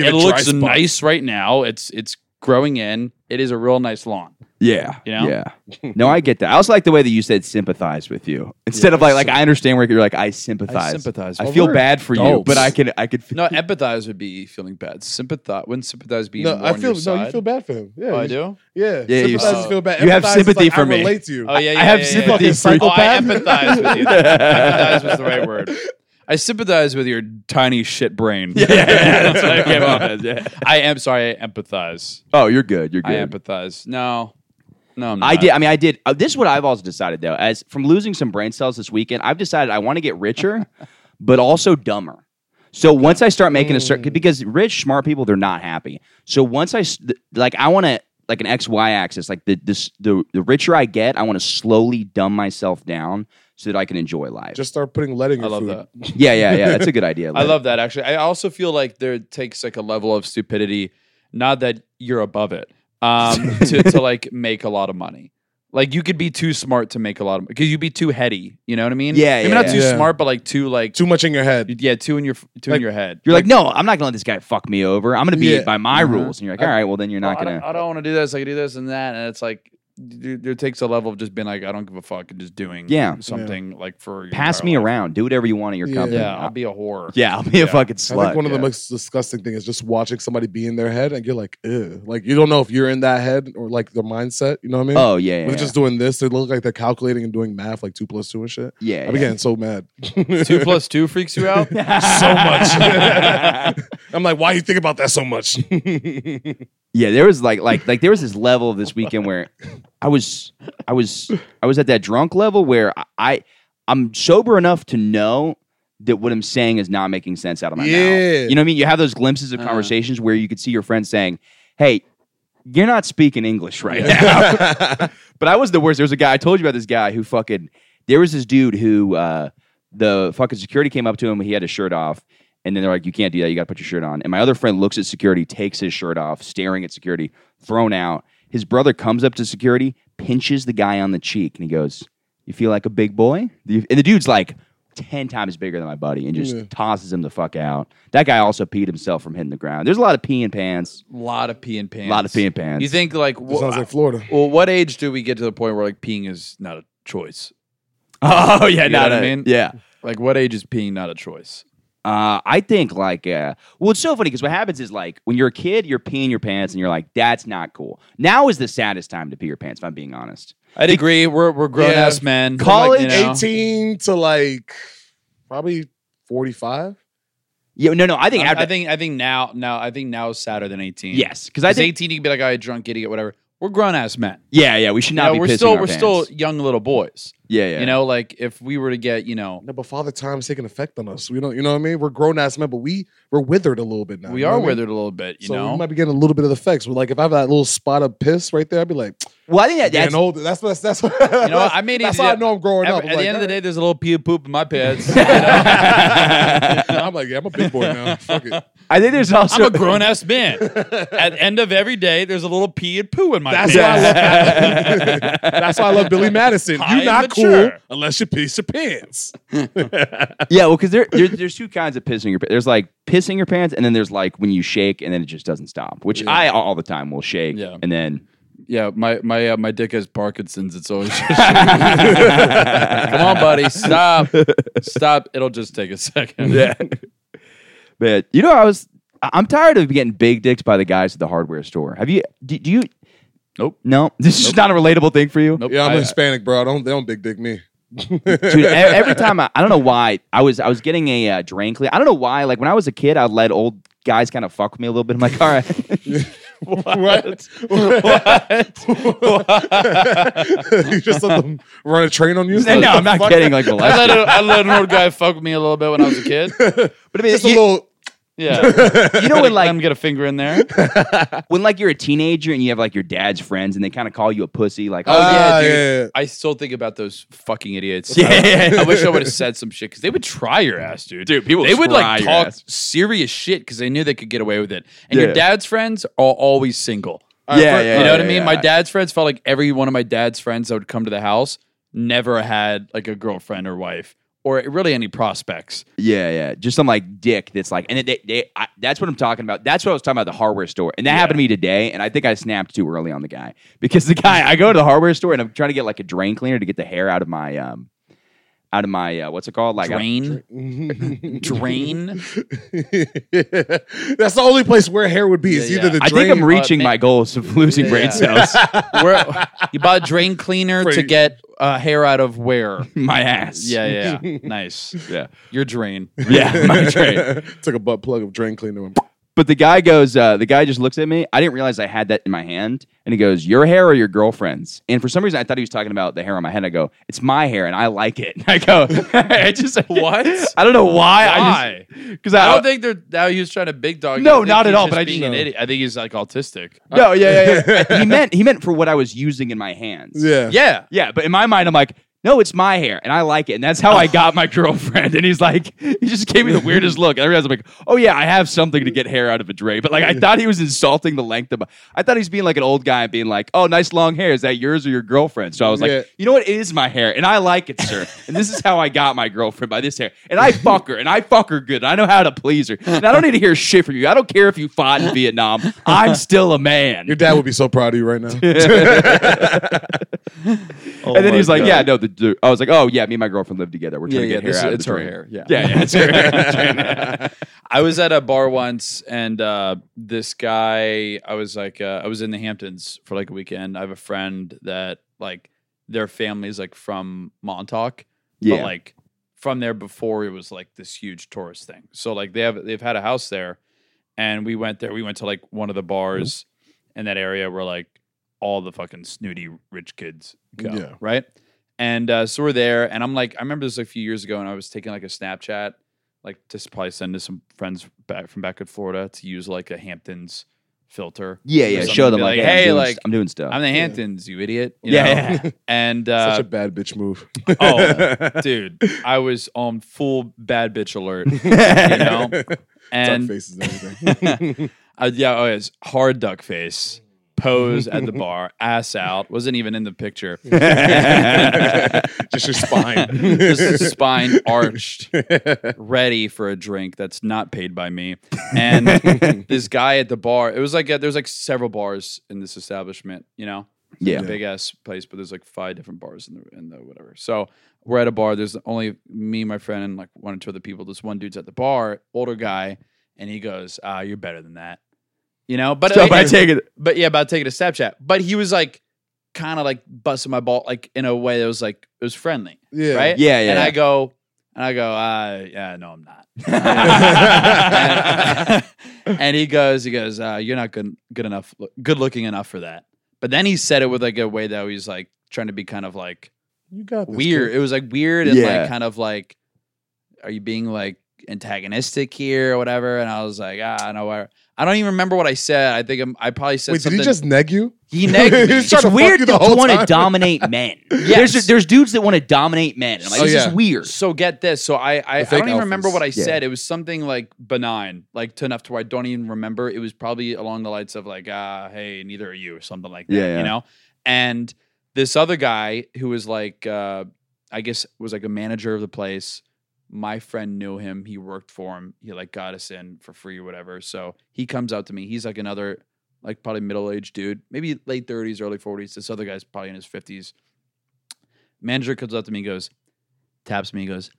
Speaker 5: it
Speaker 2: it, a
Speaker 5: looks
Speaker 2: dry spot.
Speaker 5: nice right now. It's it's growing in. It is a real nice lawn.
Speaker 4: Yeah,
Speaker 5: You know?
Speaker 4: yeah. No, I get that. I also like the way that you said sympathize with you instead of like like I understand where you're like I sympathize.
Speaker 5: sympathize.
Speaker 4: I
Speaker 5: Well,
Speaker 4: feel
Speaker 5: we're
Speaker 4: bad for you,
Speaker 5: adults.
Speaker 4: but I can I could. feel
Speaker 5: No, empathize would be feeling bad. Sympathize wouldn't sympathize be. even
Speaker 2: No,
Speaker 5: more
Speaker 2: I
Speaker 5: on
Speaker 2: feel
Speaker 5: your
Speaker 2: no. You
Speaker 5: side?
Speaker 2: feel bad for him. Yeah,
Speaker 5: Oh, I
Speaker 2: you-
Speaker 5: do.
Speaker 2: Yeah,
Speaker 4: Yeah, you-
Speaker 2: sympathize,
Speaker 5: Oh.
Speaker 2: feel bad.
Speaker 4: You have
Speaker 2: Empathize is
Speaker 4: sympathy
Speaker 2: like,
Speaker 4: for
Speaker 2: I
Speaker 4: me.
Speaker 2: relate to you.
Speaker 5: Oh yeah, yeah
Speaker 4: I have
Speaker 5: yeah, yeah,
Speaker 4: sympathy
Speaker 5: yeah.
Speaker 4: for you.
Speaker 5: Oh, I empathize with you. empathize was the right word. I sympathize with your tiny shit brain. Yeah, that's what I came up with. I am sorry. I empathize.
Speaker 4: Oh, you're good. You're good.
Speaker 5: I empathize. No, no, I'm not.
Speaker 4: I did. I mean, I did. Uh, this is what I've also decided though. As from losing some brain cells this weekend, I've decided I want to get richer, but also dumber. So once I start making a
Speaker 5: Mm.
Speaker 4: certain, because rich, smart people, they're not happy. So once I, s- th- like, I want to, like, an X, Y axis, like, the, this, the, the richer I get, I want to slowly dumb myself down so that I can enjoy life.
Speaker 2: Just start putting letting.
Speaker 5: I love that.
Speaker 4: yeah, yeah, yeah. That's a good idea.
Speaker 5: I love that actually. I also feel like there takes like a level of stupidity, not that you're above it, um, to, to like make a lot of money. Like you could be too smart to make a lot of because you'd be too heady. You know what I mean?
Speaker 4: Yeah,
Speaker 5: Maybe
Speaker 4: yeah,
Speaker 5: not
Speaker 4: yeah.
Speaker 5: too
Speaker 2: Yeah.
Speaker 5: smart, but like too like
Speaker 2: Too much in your head.
Speaker 5: yeah, too in your too in
Speaker 2: Like-
Speaker 5: your head.
Speaker 4: You're like, no, I'm not gonna let this guy fuck me over. I'm gonna be
Speaker 2: Yeah.
Speaker 4: by my rules. And you're like, all right, well, then you're not
Speaker 5: "Well, Mm-hmm. I
Speaker 4: gonna.
Speaker 5: don't, want to do this. I can do this and that, and it's like there, there takes a level of just being like I don't give a fuck and just doing
Speaker 4: Yeah.
Speaker 5: something like for your
Speaker 4: Pass
Speaker 5: entire
Speaker 4: me
Speaker 5: life.
Speaker 4: around. Do whatever you want in your
Speaker 2: Yeah.
Speaker 4: company.
Speaker 5: Yeah, I'll be a whore.
Speaker 4: Yeah, I'll be a
Speaker 5: Yeah.
Speaker 4: fucking
Speaker 2: I
Speaker 4: slut.
Speaker 2: think one of the
Speaker 4: yeah.
Speaker 2: most disgusting thing is just watching somebody be in their head and you're like, Ew. like you don't know if you're in that head or like their mindset. You know what I mean?
Speaker 4: Oh yeah, yeah,
Speaker 2: They're
Speaker 4: yeah.
Speaker 2: just doing this. They look like they're calculating and doing math, like two plus two and shit.
Speaker 4: Yeah,
Speaker 2: I'm
Speaker 4: yeah.
Speaker 2: getting so mad.
Speaker 5: Two plus two freaks you out.
Speaker 2: so much. I'm like, why you think about that so much?
Speaker 4: Yeah, there was like like like there was this level of this weekend where I was I was I was at that drunk level where I, I I'm sober enough to know that what I'm saying is not making sense out of my
Speaker 2: Yeah.
Speaker 4: mouth. You know what I mean? You have those glimpses of
Speaker 5: Uh.
Speaker 4: conversations where you could see your friend saying, "Hey, you're not speaking English right now." but I was the worst. There was a guy I told you about this guy who fucking there was this dude who uh the fucking security came up to him. He had his shirt off. And then they're like, you can't do that. You got to put your shirt on. And my other friend looks at security, takes his shirt off, staring at security, thrown out. His brother comes up to security, pinches the guy on the cheek, and he goes, You feel like a big boy? Do you- And the dude's like, ten times bigger than my buddy and just
Speaker 2: Yeah.
Speaker 4: tosses him the fuck out. That guy also peed himself from hitting the ground. There's a lot of peeing pants.
Speaker 5: A lot of peeing pants.
Speaker 4: A lot of peeing pants.
Speaker 5: You think like, wh-
Speaker 2: sounds like Florida.
Speaker 5: well, what age do we get to the point where like peeing is not a choice?
Speaker 4: Oh yeah,
Speaker 5: You
Speaker 4: no,
Speaker 5: know what I
Speaker 4: no,
Speaker 5: mean?
Speaker 4: Yeah.
Speaker 5: Like, what age is peeing not a choice?
Speaker 4: Uh, I think like uh, well, it's so funny because what happens is like when you're a kid, you're peeing your pants and you're like, that's not cool. Now is the saddest time to pee your pants. If I'm being honest,
Speaker 5: I'd agree. We're we're grown ass men. but,
Speaker 4: College,
Speaker 5: like, you know,
Speaker 2: 18 to like probably 45.
Speaker 4: yeah, no, no, I think
Speaker 5: I,
Speaker 4: after,
Speaker 5: I think I think now now I think now is sadder than eighteen.
Speaker 4: yes, because I
Speaker 5: because
Speaker 4: think
Speaker 5: eighteen you can be like, oh, you're drunk, idiot, whatever. We're grown ass men.
Speaker 4: yeah, yeah, we should
Speaker 5: You
Speaker 4: not
Speaker 5: know,
Speaker 4: be
Speaker 5: we're
Speaker 4: pissing
Speaker 5: still
Speaker 4: our
Speaker 5: we're
Speaker 4: pants.
Speaker 5: still young little boys.
Speaker 4: yeah, yeah,
Speaker 5: You know, like if we were to get you know,
Speaker 2: No, but father time's taking effect on us. We don't, you know what I mean? We're grown ass men, but we we're withered a little bit now.
Speaker 5: we
Speaker 2: you know
Speaker 5: are
Speaker 2: what I mean?
Speaker 5: withered a little bit. You
Speaker 2: so
Speaker 5: know,
Speaker 2: we might be getting a little bit of the effects. We're like, if I have that little spot of piss right there, I'd be like,
Speaker 4: Well, I think that,
Speaker 2: getting
Speaker 4: that's
Speaker 2: older. That's what that's, that's
Speaker 5: you know, I made it.
Speaker 2: that's how I know I'm growing up.
Speaker 5: At,
Speaker 2: I'm
Speaker 5: at
Speaker 2: like,
Speaker 5: the end of the
Speaker 2: "All
Speaker 5: day, there's a little pee and poop in my pants. you know?
Speaker 2: right." I'm like, yeah, I'm a big boy now. Fuck it.
Speaker 4: I think there's also
Speaker 5: I'm a grown ass man. At the end of every day, there's a little pee and poo in my
Speaker 2: That's why I
Speaker 5: pants.
Speaker 2: love That's why I love Billy Madison.
Speaker 5: High
Speaker 2: You're
Speaker 5: and
Speaker 2: not cool
Speaker 5: mature.
Speaker 2: unless you piss your pants.
Speaker 4: yeah, well, because there, there there's two kinds of pissing your pants. There's like pissing your pants, and then there's like when you shake and then it just doesn't stop, which I all the time will shake,
Speaker 5: Yeah.
Speaker 4: and then
Speaker 5: yeah, my my uh, my dick has Parkinson's. It's always just come on, buddy, stop, stop. It'll just take a second.
Speaker 4: yeah. but you know, I was I- I'm tired of getting big dicks by the guys at the hardware store. Have you? Do, do you?
Speaker 5: Nope.
Speaker 4: No, this is just not a relatable thing for you.
Speaker 5: Nope.
Speaker 2: Yeah, I'm
Speaker 5: I-
Speaker 2: Hispanic, bro. I don't they don't big dick me.
Speaker 4: Dude, e- every time I, I don't know why I was I was getting a uh, drain clean. I don't know why. Like when I was a kid, I let old guys kind of fuck with me a little bit. I'm like, all right,
Speaker 2: What? you just let them run a train on you?
Speaker 4: no, I'm not kidding. Like
Speaker 5: I
Speaker 4: molest.
Speaker 5: let, a, I let an old guy fuck with me a little bit when I was a kid.
Speaker 4: But I mean,
Speaker 2: Just
Speaker 4: you,
Speaker 2: a little.
Speaker 5: Yeah,
Speaker 4: you know when
Speaker 5: let him
Speaker 4: like
Speaker 5: get a finger in there.
Speaker 4: when like you're a teenager and you have like your dad's friends and they kind of call you a pussy. Like, oh yeah,
Speaker 2: Ah,
Speaker 5: dude.
Speaker 2: yeah.
Speaker 5: I still think about those fucking idiots.
Speaker 4: Yeah.
Speaker 5: I, wish I would have said some shit because they would try your ass, dude.
Speaker 4: Dude, people
Speaker 5: they would
Speaker 4: try
Speaker 5: like
Speaker 4: your
Speaker 5: talk
Speaker 4: ass.
Speaker 5: serious shit because they knew they could get away with it. And
Speaker 4: Yeah.
Speaker 5: your dad's friends are always single.
Speaker 4: yeah, yeah,
Speaker 5: you know what I
Speaker 4: yeah,
Speaker 5: mean?
Speaker 4: yeah.
Speaker 5: My dad's friends felt like every one of my dad's friends that would come to the house never had like a girlfriend or wife or really any prospects.
Speaker 4: Yeah, yeah. Just some like dick that's like, and they, they, I, that's what I'm talking about. That's what I was talking about the hardware store, and that happened to me today. And I think I snapped too early on the guy because the guy, I go to the hardware store and I'm trying to get like a drain cleaner to get the hair out of my um, out of my uh, what's it called? Like I-
Speaker 5: Drain, drain.
Speaker 2: That's the only place where hair would be. It's
Speaker 5: Yeah,
Speaker 2: either
Speaker 5: yeah.
Speaker 2: the
Speaker 4: I
Speaker 2: drain.
Speaker 4: think I'm reaching
Speaker 5: man.
Speaker 4: my goals of losing
Speaker 5: uh, Yeah,
Speaker 4: brain
Speaker 5: yeah.
Speaker 4: cells.
Speaker 5: Where, you bought a drain cleaner to
Speaker 2: Right.
Speaker 5: get uh, hair out of where?
Speaker 4: my ass.
Speaker 5: Yeah, yeah, yeah. nice.
Speaker 4: yeah,
Speaker 5: Your drain.
Speaker 4: yeah. My drain.
Speaker 2: Took a butt plug of drain cleaner.
Speaker 4: But the guy goes, uh, the guy just looks at me. I didn't realize I had that in my hand. And he goes, Your hair or your girlfriend's? And for some reason, I thought he was talking about the hair on my head. I go, It's my hair and I like it. I go, I just,
Speaker 5: What?
Speaker 4: I don't know why.
Speaker 5: Why?
Speaker 4: I just, because I,
Speaker 5: I don't think they're now he was trying to big dog. you.
Speaker 4: No,
Speaker 5: I think
Speaker 4: not at
Speaker 5: he's
Speaker 4: all,
Speaker 5: just
Speaker 4: but I
Speaker 5: being
Speaker 4: just-
Speaker 5: an idiot. I think he's like autistic.
Speaker 4: no, yeah, yeah, yeah. he, meant, he meant for what I was using in my hands.
Speaker 2: Yeah.
Speaker 5: Yeah.
Speaker 4: Yeah. But in my mind, I'm like, No, it's my hair and I like it. And that's how I got my girlfriend. And he's like, He just gave me the weirdest look. And I realized, I'm like, Oh, yeah, I have something to get hair out of a dray. But like, I thought he was insulting the length of my, I thought he was being like an old guy and being like, Oh, nice long hair. Is that yours or your girlfriend? So I was like,
Speaker 2: Yeah.
Speaker 4: You know what? It is my hair and I like it, sir. and this is how I got my girlfriend by this hair. And I fuck her and I fuck her good. I know how to please her. And I don't need to hear shit from you. I don't care if you fought in Vietnam. I'm still a man.
Speaker 2: Your dad would be so proud of you right now.
Speaker 4: and
Speaker 5: Oh
Speaker 4: then he's like, "Yeah, no." The dude, I was like, "Oh yeah, me and my girlfriend live together. We're trying to get hair
Speaker 5: this-
Speaker 4: out of
Speaker 5: it's
Speaker 4: the
Speaker 5: her
Speaker 4: drain."
Speaker 5: hair. Yeah.
Speaker 4: yeah, yeah, it's her hair.
Speaker 5: I was at a bar once, and uh, this guy, I was like, uh, I was in the Hamptons for like a weekend. I have a friend that like their family's like from Montauk,
Speaker 4: Yeah.
Speaker 5: but like from there before it was like this huge tourist thing. So like they have they've had a house there, and we went there. We went to like one of the bars
Speaker 4: Mm-hmm.
Speaker 5: in that area where like all the fucking snooty rich kids go,
Speaker 2: Yeah.
Speaker 5: right? And uh, so we're there, and I'm like, I remember this a few years ago, and I was taking like a Snapchat, like to probably send to some friends back from back in Florida to use like a Hamptons filter.
Speaker 4: yeah,
Speaker 5: or
Speaker 4: yeah.
Speaker 5: something,
Speaker 4: Show them
Speaker 5: be
Speaker 4: like,
Speaker 5: like,
Speaker 4: I'm
Speaker 5: hey,
Speaker 4: doing,
Speaker 5: like,
Speaker 4: I'm doing stuff.
Speaker 5: I'm the Hamptons, you idiot. you
Speaker 4: Yeah,
Speaker 5: know?
Speaker 4: yeah.
Speaker 5: And uh,
Speaker 2: Such a bad bitch move.
Speaker 5: oh, dude, I was on full bad bitch alert, you know.
Speaker 2: Dark
Speaker 5: And uh,
Speaker 2: faces and everything.
Speaker 5: I, yeah, oh, it's hard duck face. pose at the bar, ass out, wasn't even in the picture.
Speaker 2: Just your spine.
Speaker 5: Just spine arched, ready for a drink that's not paid by me. And this guy at the bar, it was like a, there was like several bars in this establishment, you know,
Speaker 4: Yeah.
Speaker 5: big ass place, but there's like five different bars in the in the whatever. So we're at a bar. There's only me, my friend, and like one or two other people. This one dude's at the bar, older guy, and he goes, "Ah, you're better than that," you know. But uh,
Speaker 4: So
Speaker 5: like,
Speaker 4: I take it.
Speaker 5: but yeah, about taking a Snapchat. But he was like, kind of like busting my ball, like in a way that was like it was friendly,
Speaker 2: Yeah.
Speaker 5: right?
Speaker 4: Yeah, yeah.
Speaker 5: And I go, and I go, uh, yeah, no, I'm not. and, he goes, he goes, uh, you're not good, good enough, good looking enough for that. But then he said it with like a way that he's like trying to be kind of like
Speaker 2: You got this,
Speaker 5: weird.
Speaker 2: kid.
Speaker 5: It was like weird and
Speaker 4: Yeah.
Speaker 5: like kind of like, are you being like antagonistic here or whatever? And I was like, ah, no, I, I don't even remember what I said. I think I'm, I probably said
Speaker 2: Wait, did
Speaker 5: something.
Speaker 2: he just neg you?
Speaker 5: He nagged me.
Speaker 2: He's trying
Speaker 4: It's
Speaker 2: to fuck
Speaker 4: weird
Speaker 2: you
Speaker 4: to
Speaker 2: the whole
Speaker 4: want to
Speaker 2: time.
Speaker 4: dominate men.
Speaker 5: Yes.
Speaker 4: There's there's dudes that want to dominate men. I'm like,
Speaker 2: Oh,
Speaker 4: this
Speaker 2: yeah.
Speaker 4: is weird.
Speaker 5: So get this. So I I, I
Speaker 2: fake
Speaker 5: don't even remember
Speaker 2: alphas.
Speaker 5: what I
Speaker 4: Yeah.
Speaker 5: said. It was something like benign, like to enough to where I don't even remember. It was probably along the lines of like, ah, hey, neither are you, or something like that.
Speaker 4: Yeah, yeah.
Speaker 5: You know? And this other guy who was like uh I guess was like a manager of the place. My friend knew him. He worked for him. He like got us in for free or whatever. So he comes out to me. He's like another like probably middle aged dude, maybe late thirties, early forties. This other guy's probably in his fifties. Manager comes up to me, and goes, taps me, and goes,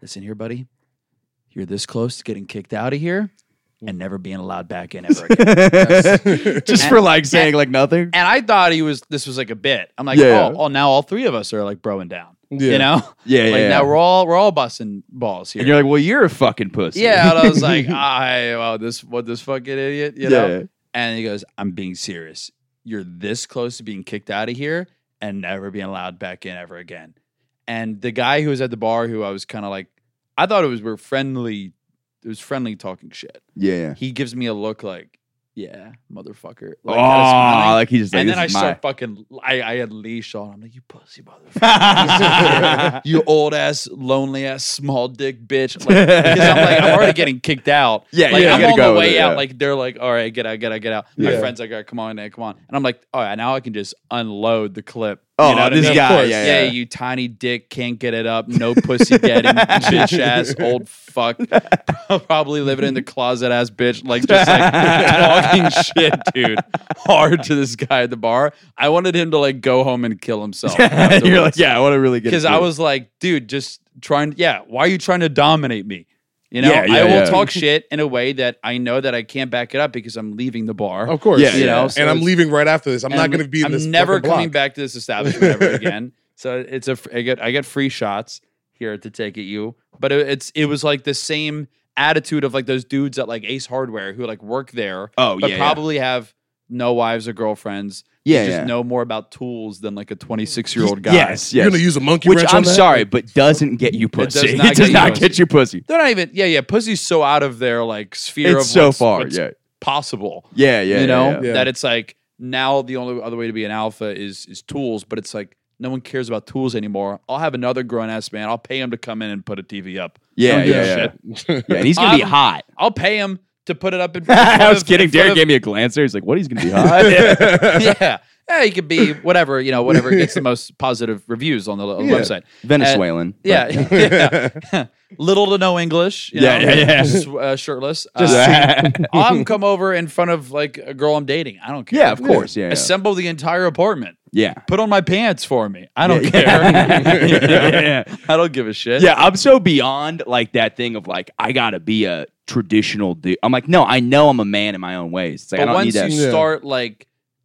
Speaker 5: "Listen here, buddy, you're this close to getting kicked out of here and never being allowed back in ever again."
Speaker 4: Just for like saying like nothing.
Speaker 5: and I thought he was this was like a bit. I'm like,
Speaker 4: Yeah.
Speaker 5: oh, oh, now all three of us are like broing down,
Speaker 2: Yeah.
Speaker 5: you know?
Speaker 4: Yeah, yeah.
Speaker 5: like
Speaker 4: yeah.
Speaker 5: now we're all we're all busting balls here.
Speaker 4: and you're like, well, you're a fucking pussy.
Speaker 5: yeah, and I was like, I well, this what this fucking idiot, you know?
Speaker 4: Yeah.
Speaker 5: And he goes, I'm being serious. You're this close to being kicked out of here and never being allowed back in ever again. And the guy who was at the bar who I was kind of like, I thought it was we're friendly, it was friendly talking shit.
Speaker 4: Yeah.
Speaker 5: He gives me a look like, yeah, motherfucker. Like, kinda
Speaker 4: oh,
Speaker 5: smiling.
Speaker 4: like he just like,
Speaker 5: and then I
Speaker 4: this is
Speaker 5: start fucking, I, I unleash on. I'm like, you pussy motherfucker.
Speaker 4: mine.
Speaker 5: you old ass, lonely ass, small dick bitch. Like, because I'm like, I'm already getting kicked out.
Speaker 4: Yeah,
Speaker 5: like,
Speaker 4: yeah, you
Speaker 5: I'm
Speaker 4: gotta
Speaker 5: on
Speaker 4: go
Speaker 5: the
Speaker 4: with
Speaker 5: way
Speaker 4: it,
Speaker 5: out.
Speaker 4: yeah.
Speaker 5: Like they're like, all right, get out, get out, get out. My
Speaker 4: Yeah.
Speaker 5: friend's like, all right, come on, man, come on. And I'm like, all right, now I can just unload the clip.
Speaker 4: Oh,
Speaker 5: you know what I
Speaker 4: this
Speaker 5: mean?
Speaker 4: guy,
Speaker 5: Of course.
Speaker 4: yeah, yeah.
Speaker 5: you tiny dick, can't get it up, no pussy getting, bitch ass, old fuck, probably living in the closet ass bitch, like just like talking shit, dude, hard to this guy at the bar. I wanted him to like go home and kill himself.
Speaker 4: you're like, yeah, I want to really get
Speaker 5: because I was like, dude, just trying. Yeah, why are you trying to dominate me? You know,
Speaker 4: Yeah, yeah,
Speaker 5: I will
Speaker 4: yeah.
Speaker 5: talk shit in a way that I know that I can't back it up because I'm leaving the bar.
Speaker 2: Of course.
Speaker 4: Yeah,
Speaker 5: you know,
Speaker 2: and
Speaker 5: so
Speaker 2: I'm
Speaker 5: it's-
Speaker 2: leaving right after this. I'm
Speaker 5: and
Speaker 2: not going to be in
Speaker 5: I'm
Speaker 2: this.
Speaker 5: never
Speaker 2: fucking
Speaker 5: coming
Speaker 2: block.
Speaker 5: back to this establishment ever again. So it's a. fr- I get I get free shots here to take at you, but it, it's it was like the same attitude of like those dudes at like Ace Hardware who like work there,
Speaker 4: Oh,
Speaker 5: but
Speaker 4: yeah, yeah.
Speaker 5: probably have no wives or girlfriends. They
Speaker 4: Yeah,
Speaker 5: just
Speaker 4: yeah.
Speaker 5: know more about tools than like a 26 year old guy.
Speaker 4: Yes,
Speaker 2: You're
Speaker 4: yes.
Speaker 2: going to use a monkey
Speaker 4: Which
Speaker 2: wrench on
Speaker 4: I'm
Speaker 2: that?
Speaker 4: sorry, but doesn't get you
Speaker 5: does
Speaker 4: pussy.
Speaker 5: not
Speaker 4: It does
Speaker 5: get you
Speaker 4: not
Speaker 5: pussy.
Speaker 4: get you pussy.
Speaker 5: They're not even. Yeah, yeah. Pussy's so out of their like sphere of
Speaker 4: It's so
Speaker 5: what's-
Speaker 4: far.
Speaker 5: what's
Speaker 4: Yeah.
Speaker 5: possible.
Speaker 4: Yeah, yeah. yeah,
Speaker 5: you know
Speaker 4: yeah.
Speaker 2: yeah.
Speaker 5: that it's like now the only other way to be an alpha is is tools, but it's like no one cares about tools anymore. I'll have another grown ass man. I'll pay him to come in and put a TV up.
Speaker 4: Yeah,
Speaker 5: Don't give a
Speaker 4: yeah,
Speaker 5: shit.
Speaker 4: Yeah, and he's gonna be
Speaker 5: I'm-
Speaker 4: hot.
Speaker 5: I'll pay him to put it Uh, up in. front
Speaker 4: I was
Speaker 5: of-
Speaker 4: kidding.
Speaker 5: in front
Speaker 4: Derek
Speaker 5: of-
Speaker 4: gave me a glance there. He's like, "What? He's gonna be hot."
Speaker 5: yeah, yeah. He could be whatever you know. Whatever gets the most positive reviews on the, on the
Speaker 2: Yeah.
Speaker 5: website.
Speaker 4: Venezuelan. but-
Speaker 5: Yeah, yeah. little to no English. You
Speaker 4: Yeah,
Speaker 5: know,
Speaker 4: yeah, yeah.
Speaker 5: s- uh, shirtless.
Speaker 4: Just-
Speaker 5: Uh, I'm come over in front of like a girl I'm dating. I don't care.
Speaker 4: Yeah, of course. Yeah, yeah.
Speaker 5: Assemble the entire apartment.
Speaker 4: yeah.
Speaker 5: Put on my pants for me. I don't
Speaker 4: Yeah,
Speaker 5: care.
Speaker 4: yeah. Yeah,
Speaker 5: I don't give a shit.
Speaker 4: Yeah, I'm so beyond like that thing of like I gotta be a traditional dude. I'm like, no, I know I'm a man in my own ways. It's like, I
Speaker 5: But
Speaker 4: don't
Speaker 5: once
Speaker 4: need that.
Speaker 5: you
Speaker 2: Yeah.
Speaker 5: start like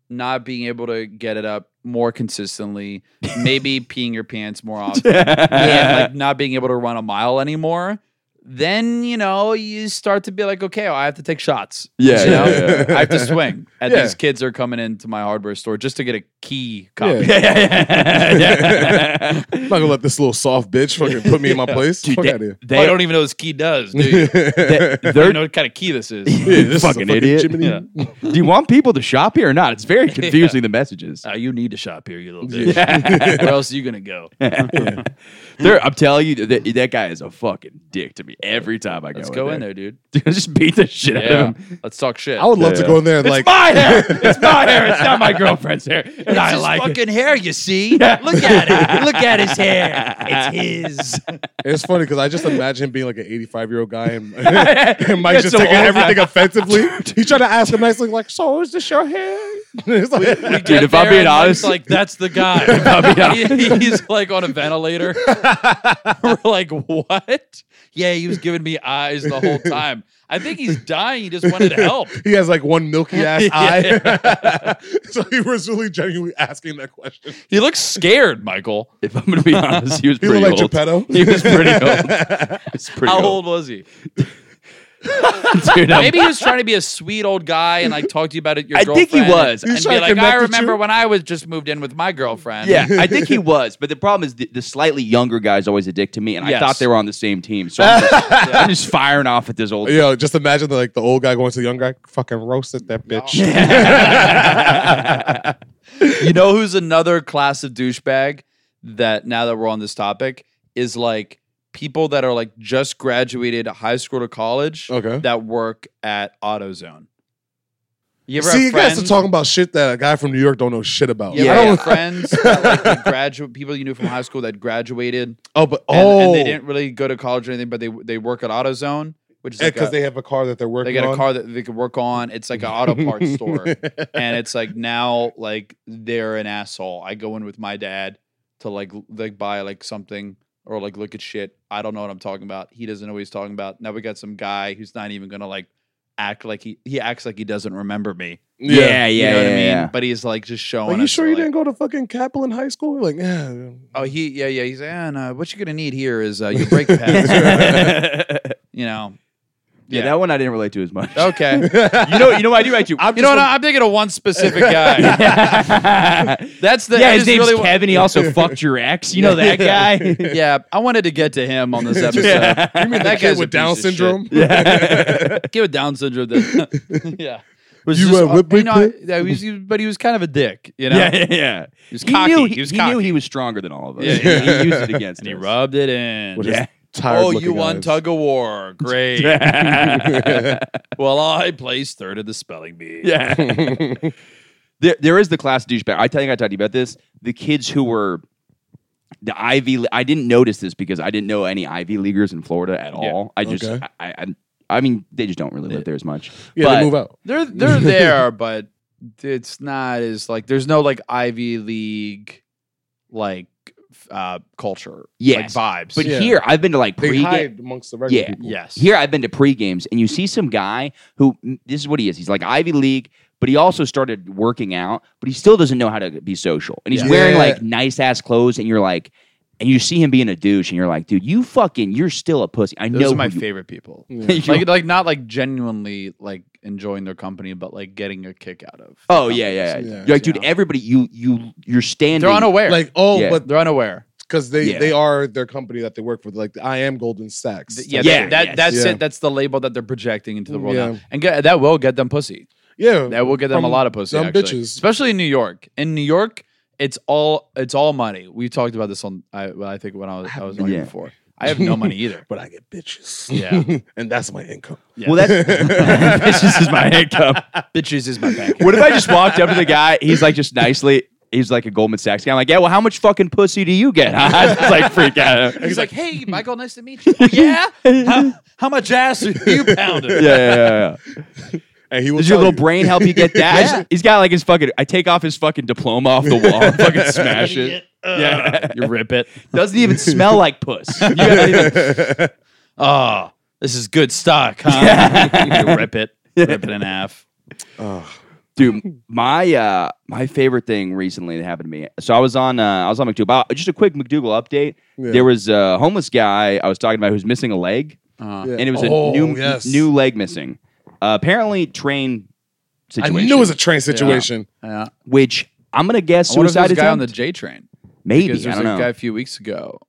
Speaker 5: not being able to get it up more consistently, maybe peeing your pants more often, and like not being able to run a mile anymore, then you know you start to be like, okay, well, I have to take shots.
Speaker 4: Yeah,
Speaker 5: you know?
Speaker 4: yeah, yeah.
Speaker 5: I have to swing. And
Speaker 2: Yeah.
Speaker 5: these kids are coming into my hardware store just to get a key copy.
Speaker 2: Yeah.
Speaker 4: yeah.
Speaker 2: I'm not gonna let this little soft bitch fucking put me in my place.
Speaker 4: Dude,
Speaker 2: Fuck
Speaker 4: they-
Speaker 2: out here.
Speaker 5: Well, I don't even know what this key does, do you?
Speaker 2: yeah,
Speaker 5: I
Speaker 4: They're
Speaker 5: don't know what kind of key this is.
Speaker 2: this is a
Speaker 4: Fucking idiot.
Speaker 2: Jiminy-
Speaker 5: Yeah.
Speaker 4: Do you want people to shop here or not? It's very confusing the messages.
Speaker 5: Uh, you need to shop here, you little bitch. Where else are you gonna go?
Speaker 4: There, I'm telling you, that, that guy is a fucking dick to me every time I go.
Speaker 5: Let's go in there, dude.
Speaker 4: Dude, just beat the shit out
Speaker 5: Yeah,
Speaker 4: of him.
Speaker 5: let's talk shit.
Speaker 2: I would love to
Speaker 4: Yeah.
Speaker 2: go in there and like
Speaker 4: it's my hair. It's my hair. It's not my girlfriend's hair. And
Speaker 5: It's
Speaker 4: I
Speaker 5: his
Speaker 4: like it.
Speaker 5: fucking hair, you see? Look at it. Look at his hair. It's his.
Speaker 2: It's funny because I just imagine him being like an 85 year old guy and, and Mike
Speaker 4: That's
Speaker 2: just
Speaker 4: so
Speaker 2: taking
Speaker 4: old.
Speaker 2: everything offensively. He tried to ask him nicely, like, "So is this your hair?" It's like-
Speaker 4: Dude, if I'm
Speaker 5: there
Speaker 4: being
Speaker 5: and Mike's
Speaker 4: honest-
Speaker 5: like that's the guy. He- he's like on a ventilator. We're like, what? Yeah, he was giving me eyes the whole time. I think he's dying. He just wanted help.
Speaker 2: he has like one milky ass
Speaker 5: Yeah.
Speaker 2: eye. so he was really genuinely asking that question.
Speaker 5: He looks scared, Michael.
Speaker 4: If I'm gonna be honest, he was
Speaker 2: He
Speaker 4: pretty
Speaker 2: looked like
Speaker 4: old.
Speaker 2: Geppetto.
Speaker 4: He was pretty old. It's pretty
Speaker 5: How
Speaker 4: old,
Speaker 5: old was he?
Speaker 4: dude. I'm-
Speaker 5: Maybe he was trying to be a sweet old guy and like talk to you about it. Your
Speaker 4: I think he
Speaker 5: girlfriend,
Speaker 4: was.
Speaker 5: and,
Speaker 2: He's
Speaker 5: and
Speaker 2: trying
Speaker 5: be
Speaker 2: to
Speaker 5: like, I
Speaker 2: connect the
Speaker 5: remember
Speaker 2: two.
Speaker 5: when I was just moved in with my girlfriend.
Speaker 4: Yeah, I think he was, but the problem is the, the slightly younger guy's always a dick to me, and I
Speaker 5: Yes.
Speaker 4: thought they were on the same team. So I'm just, I'm just firing off at this old.
Speaker 2: Yo, just imagine the, like the old guy going to the young guy, fucking roasted that bitch.
Speaker 5: You know who's another class of douchebag that now that we're on this topic is like people that are like just graduated high school to college
Speaker 2: Okay.
Speaker 5: that work at AutoZone. You ever
Speaker 2: See, you
Speaker 5: have
Speaker 2: guys
Speaker 5: friends?
Speaker 2: are talking about shit that a guy from New York don't know shit about.
Speaker 5: you
Speaker 4: Yeah.
Speaker 5: ever
Speaker 2: I
Speaker 5: have
Speaker 2: don't-
Speaker 5: friends that like they graduate people you knew from high school that graduated
Speaker 2: oh, but
Speaker 5: and,
Speaker 2: oh,
Speaker 5: and they didn't really go to college or anything, but they they work at AutoZone, which is like
Speaker 2: because
Speaker 5: a-
Speaker 2: they have a car that they're
Speaker 5: they
Speaker 2: working
Speaker 5: got a
Speaker 2: on.
Speaker 5: car that they could work on. It's like an auto parts store, and it's like now like they're an asshole. I go in with my dad to like l- like buy like something or like look at shit. I don't know what I'm talking about. He doesn't know what he's talking about. Now we got some guy who's not even gonna like act like he he acts like he doesn't remember me.
Speaker 4: yeah, yeah,
Speaker 5: You know
Speaker 4: yeah,
Speaker 5: what I mean?
Speaker 4: yeah.
Speaker 5: But he's like just showing.
Speaker 2: Are you
Speaker 5: us,
Speaker 2: sure
Speaker 5: so,
Speaker 2: you
Speaker 5: like-
Speaker 2: didn't go to fucking Kaplan High School? Like, yeah.
Speaker 5: Oh, he yeah yeah. He's like, "Ah, no, what you're gonna need here is uh, your brake pads. you know.
Speaker 4: Yeah, that one I didn't relate to as much.
Speaker 5: Okay.
Speaker 4: you know, you know, what I do actually.
Speaker 5: you know what? Oh, I'm thinking of one specific guy.
Speaker 4: yeah,
Speaker 5: That's the I
Speaker 4: his
Speaker 5: just
Speaker 4: name's
Speaker 5: really wa-
Speaker 4: Kevin. He also fucked your ex. You know that guy.
Speaker 5: yeah, I wanted to get to him on this episode.
Speaker 4: Yeah. You
Speaker 5: mean
Speaker 2: That kid with Down syndrome.
Speaker 5: Kid with Down syndrome. That, yeah. Was
Speaker 2: You,
Speaker 5: just-
Speaker 2: uh, whip me,
Speaker 5: you know, I-
Speaker 2: Cliff?
Speaker 5: yeah, he was- he- but he was kind of a dick, you know.
Speaker 4: Yeah, yeah, yeah.
Speaker 5: He was cocky. He,
Speaker 4: knew
Speaker 5: was
Speaker 4: he
Speaker 5: cocky.
Speaker 4: knew he was stronger than all of us.
Speaker 5: Yeah,
Speaker 4: he,
Speaker 5: yeah.
Speaker 4: used it against
Speaker 5: and he
Speaker 4: us.
Speaker 5: rubbed it in.
Speaker 2: With his
Speaker 4: Yeah.
Speaker 2: tired
Speaker 5: Oh, you
Speaker 2: looking
Speaker 5: won
Speaker 2: eyes.
Speaker 5: tug of war. Great.
Speaker 4: yeah.
Speaker 5: well, I placed third at the spelling bee.
Speaker 4: there, there is the class douchebag. I think I talked to you about this. The kids who were the Ivy. Le- I didn't notice this because I didn't know any Ivy leaguers in Florida at all. I just,
Speaker 2: Okay.
Speaker 4: I, I, I mean, they just don't really live there as much.
Speaker 2: Yeah,
Speaker 4: But-
Speaker 2: they move out.
Speaker 5: They're they're there, but it's not as like there's no like Ivy League like f- uh culture.
Speaker 4: Yes.
Speaker 5: Like vibes.
Speaker 4: But
Speaker 2: Yeah.
Speaker 4: here, I've been to like
Speaker 2: They
Speaker 4: pregame.
Speaker 2: hide amongst the regular
Speaker 4: Yeah,
Speaker 2: people.
Speaker 5: yes.
Speaker 4: Here I've been to pre-games and you see some guy who this is what he is. He's like Ivy League, but he also started working out, but he still doesn't know how to be social. And he's
Speaker 2: Yeah.
Speaker 4: wearing
Speaker 2: Yeah.
Speaker 4: like nice ass clothes and you're like and you see him being a douche and you're like, dude, you fucking you're still a pussy. I
Speaker 5: Those
Speaker 4: know
Speaker 5: are my
Speaker 4: who you-
Speaker 5: favorite people.
Speaker 2: Yeah.
Speaker 5: Like, like not like genuinely like enjoying their company, but like getting a kick out of.
Speaker 4: Oh
Speaker 5: their
Speaker 4: yeah,
Speaker 5: company
Speaker 4: yeah, yeah.
Speaker 5: sometimes,
Speaker 2: Yeah.
Speaker 4: You're like, dude,
Speaker 5: you know?
Speaker 4: everybody you you you're standing
Speaker 5: they're unaware.
Speaker 2: Like, oh,
Speaker 4: Yeah.
Speaker 2: but
Speaker 5: they're unaware.
Speaker 2: because they
Speaker 4: Yeah.
Speaker 2: they are their company that they work for. Like, I am Golden Sachs.
Speaker 5: Th- Yeah,
Speaker 4: Yeah,
Speaker 5: that- that,
Speaker 4: yes.
Speaker 5: that's
Speaker 2: Yeah.
Speaker 5: it. That's the label that they're projecting into the world
Speaker 2: Yeah.
Speaker 5: now, and get, that will get them pussy.
Speaker 2: yeah.
Speaker 5: That will get them a
Speaker 2: From
Speaker 5: lot of pussy.
Speaker 2: dumb
Speaker 5: actually.
Speaker 2: bitches.
Speaker 5: especially in New York. In New York, it's all it's all money. We talked about this on I, well, I think when I was I was on here
Speaker 4: yeah.
Speaker 5: before. I have no money either.
Speaker 2: But I get bitches.
Speaker 5: Yeah.
Speaker 2: and that's my income.
Speaker 5: Yeah.
Speaker 4: Well that's this is my hiccup.
Speaker 5: bitches is my bank.
Speaker 4: What if I just walked up to the guy? He's like, just nicely. He's like a Goldman Sachs guy. I'm like, yeah. Well, how much fucking pussy do you get? I just like freak out.
Speaker 5: He's like, "Hey, Michael, nice to meet you." "Oh, yeah, how, how much ass are you pounding?
Speaker 4: Yeah, yeah, yeah. yeah.
Speaker 2: And he will
Speaker 4: Does your
Speaker 2: tell
Speaker 4: little
Speaker 2: you-
Speaker 4: brain help you get that? He's got like his fucking. I take off his fucking diploma off the wall, and fucking smash it. Yeah,
Speaker 5: You rip it.
Speaker 4: doesn't even smell like puss. You gotta even-
Speaker 5: Oh, this is good stock, huh? you rip it, rip it in half.
Speaker 4: Dude, my uh, my favorite thing recently that happened to me. So I was on uh, I was on McDougal. Just a quick McDougal update.
Speaker 2: Yeah.
Speaker 4: There was a homeless guy I was talking about who's missing a leg.
Speaker 5: Uh,
Speaker 2: Yeah.
Speaker 4: and it was
Speaker 2: Oh,
Speaker 4: a new
Speaker 2: yes.
Speaker 4: new leg missing. Uh, apparently, train
Speaker 2: I
Speaker 4: situation.
Speaker 2: knew it was a train situation.
Speaker 5: yeah.
Speaker 4: which I'm gonna guess
Speaker 5: I wonder if
Speaker 4: suicide
Speaker 5: there's a
Speaker 4: attempt.
Speaker 5: guy on the J train.
Speaker 4: Maybe
Speaker 5: Because
Speaker 4: I
Speaker 5: there's
Speaker 4: don't
Speaker 5: a
Speaker 4: know.
Speaker 5: guy a few weeks ago.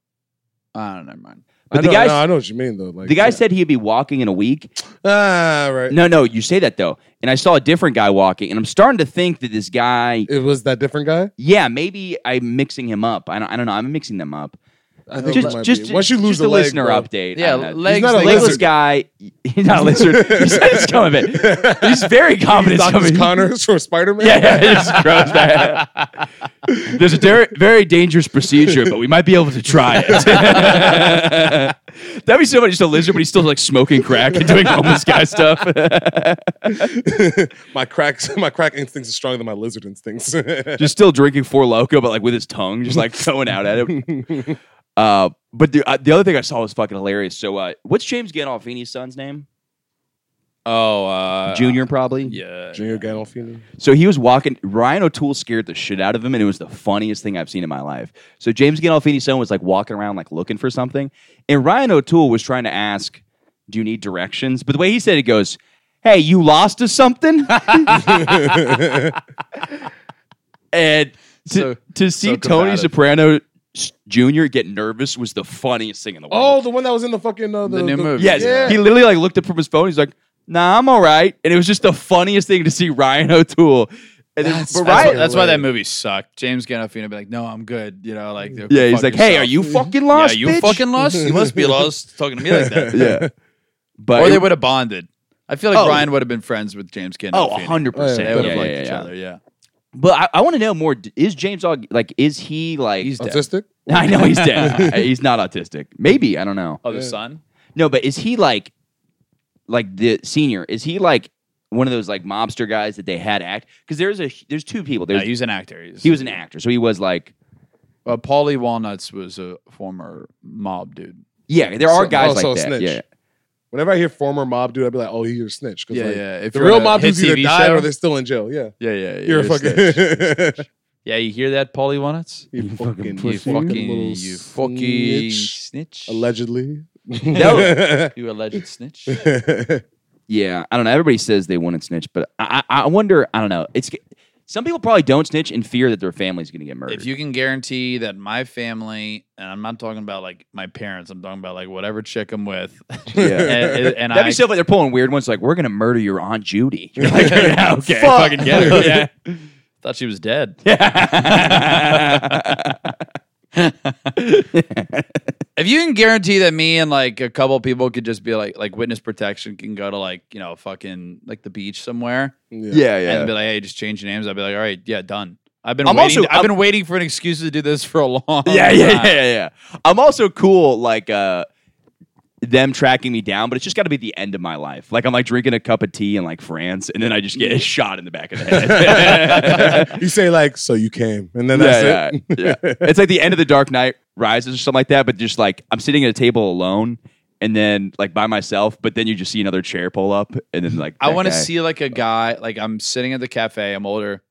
Speaker 5: I don't know, never mind.
Speaker 4: but
Speaker 2: I
Speaker 4: the
Speaker 2: know,
Speaker 4: guy,
Speaker 2: no, I know what you mean though. Like
Speaker 4: the guy
Speaker 2: yeah.
Speaker 4: said he'd be walking in a week,
Speaker 2: ah right.
Speaker 4: No, no, you say that though. And I saw a different guy walking, and I'm starting to think that this guy,
Speaker 2: It was that different guy.
Speaker 4: yeah, maybe I'm mixing him up. I don't, I don't know. I'm mixing them up.
Speaker 2: I
Speaker 4: Just,
Speaker 2: it might
Speaker 4: just,
Speaker 2: be. once you lose
Speaker 4: just
Speaker 2: a
Speaker 4: a
Speaker 2: leg,
Speaker 4: listener
Speaker 2: bro.
Speaker 4: update.
Speaker 5: Yeah,
Speaker 4: I don't know.
Speaker 5: legs.
Speaker 2: He's not a
Speaker 5: they-
Speaker 4: legless
Speaker 2: lizard.
Speaker 4: guy. He's not a lizard. he said it's coming. He's very confident. It's
Speaker 2: Doctor
Speaker 4: coming.
Speaker 2: Connors from Spider Man.
Speaker 4: Yeah, yeah, it just grows back. There's a der- very dangerous procedure, but we might be able to try it. That'd be so much just a lizard, but he's still like smoking crack and doing homeless guy stuff.
Speaker 2: my cracks, my crack instincts are stronger than my lizard instincts.
Speaker 4: just still drinking four loco, but like with his tongue, just like throwing out at him. Uh, but the, uh, the other thing I saw was fucking hilarious. So, uh, what's James Gandolfini's son's name?
Speaker 5: Oh, uh,
Speaker 4: Junior, probably.
Speaker 5: Yeah.
Speaker 2: Junior Gandolfini.
Speaker 4: So he was walking. Ryan O'Toole scared the shit out of him, and it was the funniest thing I've seen in my life. So James Gandolfini's son was like walking around, like looking for something, and Ryan O'Toole was trying to ask, "Do you need directions?" But the way he said it goes, "Hey, you lost us something." and to,
Speaker 5: So-
Speaker 4: to see
Speaker 5: so
Speaker 4: Tony
Speaker 5: combative.
Speaker 4: Soprano s- Jr. get nervous was the funniest thing in the world.
Speaker 2: Oh, the one that was in the fucking uh, the,
Speaker 5: The new movie.
Speaker 4: yes,
Speaker 2: yeah.
Speaker 4: he literally like looked up from his phone. He's like, "Nah, I'm all right," and it was just the funniest thing to see Ryan O'Toole. And then-
Speaker 2: That's-
Speaker 4: but
Speaker 5: That's,
Speaker 4: Ryan-
Speaker 5: why, that's why that movie sucked. James Gandolfini be like, "No, I'm good." You know, like
Speaker 4: Yeah, he's
Speaker 5: fuck
Speaker 4: like, hey,
Speaker 5: yourself."
Speaker 4: are you fucking lost?
Speaker 5: Yeah, you
Speaker 4: bitch?"
Speaker 5: fucking lost. You must be lost talking to me like that.
Speaker 4: Yeah. But
Speaker 5: or they would have bonded. I feel like
Speaker 4: Oh.
Speaker 5: Ryan would have been friends with James Gandolfini.
Speaker 4: Oh, 100%.
Speaker 2: Oh, yeah,
Speaker 5: They
Speaker 2: they
Speaker 4: Yeah,
Speaker 5: would
Speaker 4: yeah,
Speaker 5: have liked
Speaker 4: yeah,
Speaker 5: each
Speaker 4: yeah.
Speaker 5: other. Yeah.
Speaker 4: But I, I want to know more. D- Is James Og like is he like
Speaker 5: He's dead.
Speaker 2: autistic.
Speaker 4: I know he's dead. Uh, he's not autistic. Maybe, I don't know.
Speaker 5: Oh, the son.
Speaker 4: No, but is he like like the senior? Is he like one of those like mobster guys that they had act cuz there's a there's two people.
Speaker 5: No,
Speaker 4: There's
Speaker 5: he was an actor. He's,
Speaker 4: he was an actor. So he was like
Speaker 5: Uh, Paulie Walnuts was a former mob dude.
Speaker 4: yeah, there are
Speaker 2: So-
Speaker 4: guys
Speaker 2: oh,
Speaker 4: like
Speaker 2: so a
Speaker 4: that.
Speaker 2: snitch.
Speaker 4: Yeah.
Speaker 2: Whenever I hear former mob dude, I'd be like, oh, he's a snitch. 'Cause,
Speaker 5: Yeah,
Speaker 2: like,
Speaker 5: yeah. If
Speaker 2: The
Speaker 5: you're
Speaker 2: real
Speaker 5: on a
Speaker 2: mob
Speaker 5: hit
Speaker 2: dudes either
Speaker 5: TV
Speaker 2: died
Speaker 5: show-
Speaker 2: or they're still in jail. Yeah.
Speaker 5: yeah, yeah.
Speaker 2: You're, a
Speaker 5: snitch.
Speaker 2: fucking.
Speaker 5: yeah, you hear that, Paulie Walnuts?
Speaker 2: you fucking,
Speaker 5: You fucking,
Speaker 2: little
Speaker 5: you fucking
Speaker 2: snitch.
Speaker 5: snitch.
Speaker 2: Allegedly.
Speaker 5: You alleged snitch.
Speaker 4: Yeah, I don't know. Everybody says they wouldn't snitch, but I, I I wonder. I don't know. It's some people probably don't snitch in fear that their family's going to get murdered.
Speaker 5: if you can guarantee that my family, and I'm not talking about like my parents, I'm talking about like whatever chick I'm with, and,
Speaker 4: yeah.
Speaker 5: and, and
Speaker 4: That'd
Speaker 5: I,
Speaker 4: be so funny. They're pulling weird ones like, we're going to murder your Aunt Judy. You're like, yeah, okay.
Speaker 5: Fuck.
Speaker 4: Fucking get her.
Speaker 5: thought she was dead.
Speaker 4: Yeah.
Speaker 5: If you can guarantee that me and like a couple people could just be like, like witness protection can go to like you know fucking like the beach somewhere
Speaker 4: yeah,
Speaker 5: and be like, hey, just change your names. I'd be like, all right, yeah, done. I've been
Speaker 4: I'm
Speaker 5: waiting.
Speaker 4: also-
Speaker 5: I've been
Speaker 4: I'm-
Speaker 5: waiting for an excuse to do this for a long.
Speaker 4: yeah, yeah,
Speaker 5: time.
Speaker 4: yeah, yeah, yeah. I'm also cool, like uh, them tracking me down, but it's just got to be the end of my life. Like I'm like drinking a cup of tea in like France, and then I just
Speaker 5: Mm.
Speaker 4: get shot in the back of the head.
Speaker 2: you say, like, so you came. And then that's
Speaker 4: yeah,
Speaker 2: it.
Speaker 4: yeah, yeah. It's like the end of the Dark Knight Rises or something like that. But just like I'm sitting at a table alone, and then like by myself. But then you just see another chair pull up, and then like
Speaker 5: I
Speaker 4: that
Speaker 5: want to
Speaker 4: guy-
Speaker 5: see like a guy like I'm sitting at the cafe. I'm older,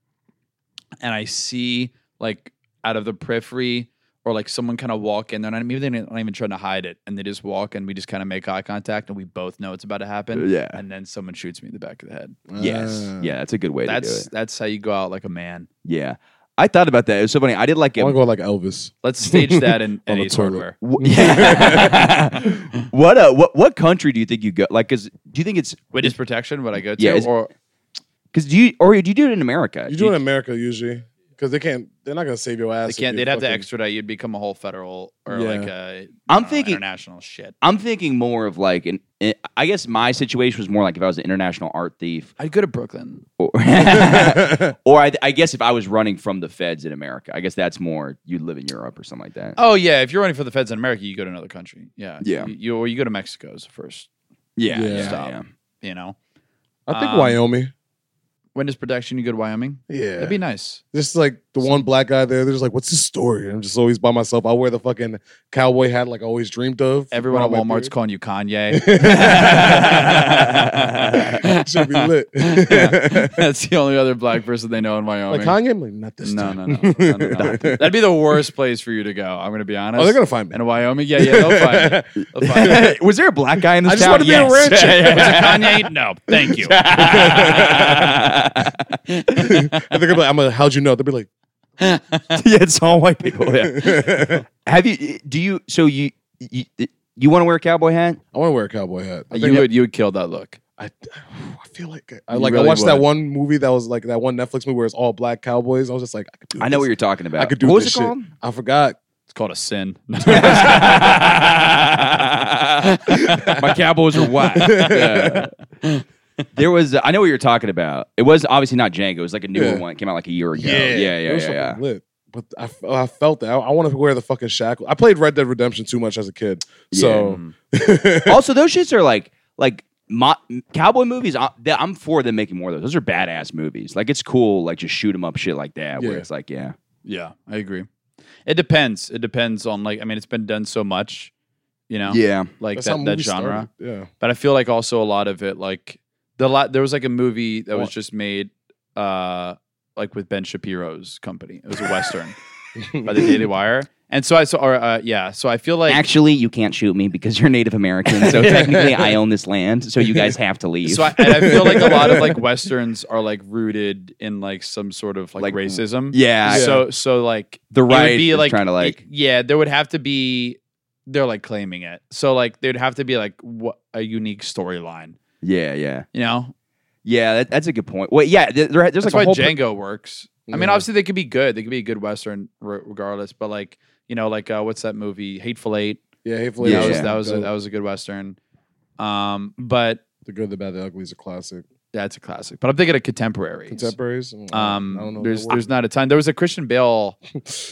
Speaker 5: and I see like out of the periphery or like someone kind of walk in. They're not maybe they're not even trying to hide it, and they just walk, and we just kind of make eye contact, and we both know it's about to happen.
Speaker 4: Yeah.
Speaker 5: and then someone shoots me in the back of the head.
Speaker 4: Yes,
Speaker 2: Ah.
Speaker 4: yeah, that's a good way to
Speaker 5: That's
Speaker 4: do it.
Speaker 5: that's how you go out like a man.
Speaker 4: Yeah, I thought about that. It was so funny. I did like
Speaker 2: I
Speaker 4: a
Speaker 2: want to go like Elvis.
Speaker 5: Let's stage that in
Speaker 2: On the
Speaker 5: Eddie's
Speaker 2: toilet.
Speaker 5: hardware.
Speaker 4: Wh- yeah. what uh, what what country do you think you go? Like, cause do you think it's
Speaker 5: Witness protection, what I go to,
Speaker 4: Yeah, it's-
Speaker 5: or
Speaker 4: because do you or do you do it in America?
Speaker 2: You do it in America usually because they can't. They're not gonna save your ass.
Speaker 5: they
Speaker 2: if
Speaker 5: can't.
Speaker 2: you
Speaker 5: They'd have to
Speaker 2: fucking-
Speaker 5: extradite. You'd become a whole federal or
Speaker 2: Yeah.
Speaker 5: like a. I don't
Speaker 4: I'm
Speaker 5: know,
Speaker 4: thinking-
Speaker 5: international shit.
Speaker 4: I'm thinking more of like an. eh, I guess my situation was more like if I was an international art thief,
Speaker 5: I'd go to Brooklyn.
Speaker 4: or, or I, I guess if I was running from the feds in America, I guess that's more you live in Europe or something like that.
Speaker 5: Oh yeah, if you're running for the feds in America, you go to another country. Yeah,
Speaker 4: Yeah.
Speaker 5: You, you or you go to Mexico's first.
Speaker 4: yeah,
Speaker 2: yeah.
Speaker 5: Stop. You know,
Speaker 2: I think
Speaker 5: Um,
Speaker 2: Wyoming.
Speaker 5: witness protection. You go to Wyoming.
Speaker 2: Yeah,
Speaker 5: That'd be nice.
Speaker 2: just like the one black guy there. There's like, what's his story? And I'm just always by myself. I wear the fucking cowboy hat like I always dreamed of.
Speaker 5: Everyone at
Speaker 2: Around my
Speaker 5: Walmart's calling you Kanye.
Speaker 2: beard. should be lit.
Speaker 5: That's the only other black person they know in Wyoming.
Speaker 2: like Kanye, I'm like not this
Speaker 5: no,
Speaker 2: time.
Speaker 5: no, no, no, no, no. That'd be the worst place for you to go. I'm gonna be honest.
Speaker 2: Oh, they're gonna find me.
Speaker 5: in Wyoming. Yeah, yeah, they'll find it. They'll find it.
Speaker 4: was there a black guy in this
Speaker 2: I just
Speaker 4: town?
Speaker 2: wanna be a
Speaker 4: Yes.
Speaker 2: rancher.
Speaker 4: Yeah,
Speaker 5: Was it
Speaker 4: yeah.
Speaker 5: Kanye? No, thank you.
Speaker 2: And they're gonna be like, I'm like, how'd you know? They'll be like,
Speaker 4: yeah, it's all white people. Yeah. Have you? Do you? So you you, you want to wear a cowboy hat?
Speaker 2: I want to wear a cowboy hat. I,
Speaker 5: you would you would kill that look.
Speaker 2: I, I feel like it. I like.
Speaker 5: really
Speaker 2: I watched that
Speaker 5: would.
Speaker 2: one movie that was like that one Netflix movie where it's all black cowboys. I was just like, I, could do
Speaker 4: I know
Speaker 2: this.
Speaker 4: what you're talking about.
Speaker 2: I could do
Speaker 4: What was
Speaker 2: this
Speaker 4: it
Speaker 2: shit.
Speaker 4: called?
Speaker 2: I forgot.
Speaker 5: It's called a sin.
Speaker 4: My cowboys are white. There was, I know what you're talking about. It was obviously not Django. It was like a newer
Speaker 2: Yeah.
Speaker 4: one. It came out like a year ago. Yeah, yeah,
Speaker 2: it
Speaker 4: yeah.
Speaker 2: was
Speaker 4: yeah,
Speaker 2: fucking lit. But I, f- I felt that I, want to wear the fucking shackle. I played Red Dead Redemption too much as a kid, so
Speaker 4: also, those shits are like, like mo- cowboy movies. I, that- I'm for them making more of those. Those are badass movies. Like it's cool, like just shoot 'em up shit like that. Where
Speaker 2: Yeah.
Speaker 4: it's like, yeah,
Speaker 5: yeah, I agree. It depends. It depends on like I mean, it's been done so much, you know,
Speaker 4: yeah.
Speaker 5: like
Speaker 2: that's how
Speaker 5: that, that
Speaker 2: movies
Speaker 5: genre.
Speaker 2: started. Yeah,
Speaker 5: But I feel like also a lot of it, like the lot, there was like a movie that was
Speaker 2: What?
Speaker 5: just made, uh, like with Ben Shapiro's company. It was a western by the Daily Wire, and so I saw, or uh, yeah, so I feel like
Speaker 4: Actually, you can't shoot me because you're Native American. So technically, I own this land. So you guys have to leave.
Speaker 5: So I, and I feel like a lot of like westerns are like rooted in like some sort of like,
Speaker 4: Like,
Speaker 5: racism.
Speaker 4: yeah.
Speaker 5: So so like
Speaker 4: The
Speaker 5: it would
Speaker 4: right is trying to,
Speaker 5: y-
Speaker 4: like-
Speaker 5: yeah there would have to be they're like claiming it so like there'd have to be like what a unique storyline
Speaker 4: yeah, yeah.
Speaker 5: you know
Speaker 4: Yeah, that, that's a good point. Well, yeah, th- there, there's
Speaker 5: that's
Speaker 4: like
Speaker 5: why
Speaker 4: a whole pr-
Speaker 5: Django works I mean
Speaker 2: Yeah.
Speaker 5: obviously they could be good they could be a good western re- regardless but like you know like uh, what's that movie Hateful Eight
Speaker 2: yeah. Hateful
Speaker 4: Yeah,
Speaker 5: that was
Speaker 4: yeah.
Speaker 5: that was a, that was a good western um but
Speaker 2: the good, the bad, the ugly is a classic.
Speaker 5: that's a classic but I'm thinking of contemporaries.
Speaker 2: Contemporaries. mm,
Speaker 5: um,
Speaker 2: I don't know.
Speaker 5: there's
Speaker 2: that word.
Speaker 5: there's not a ton. There was a Christian Bale.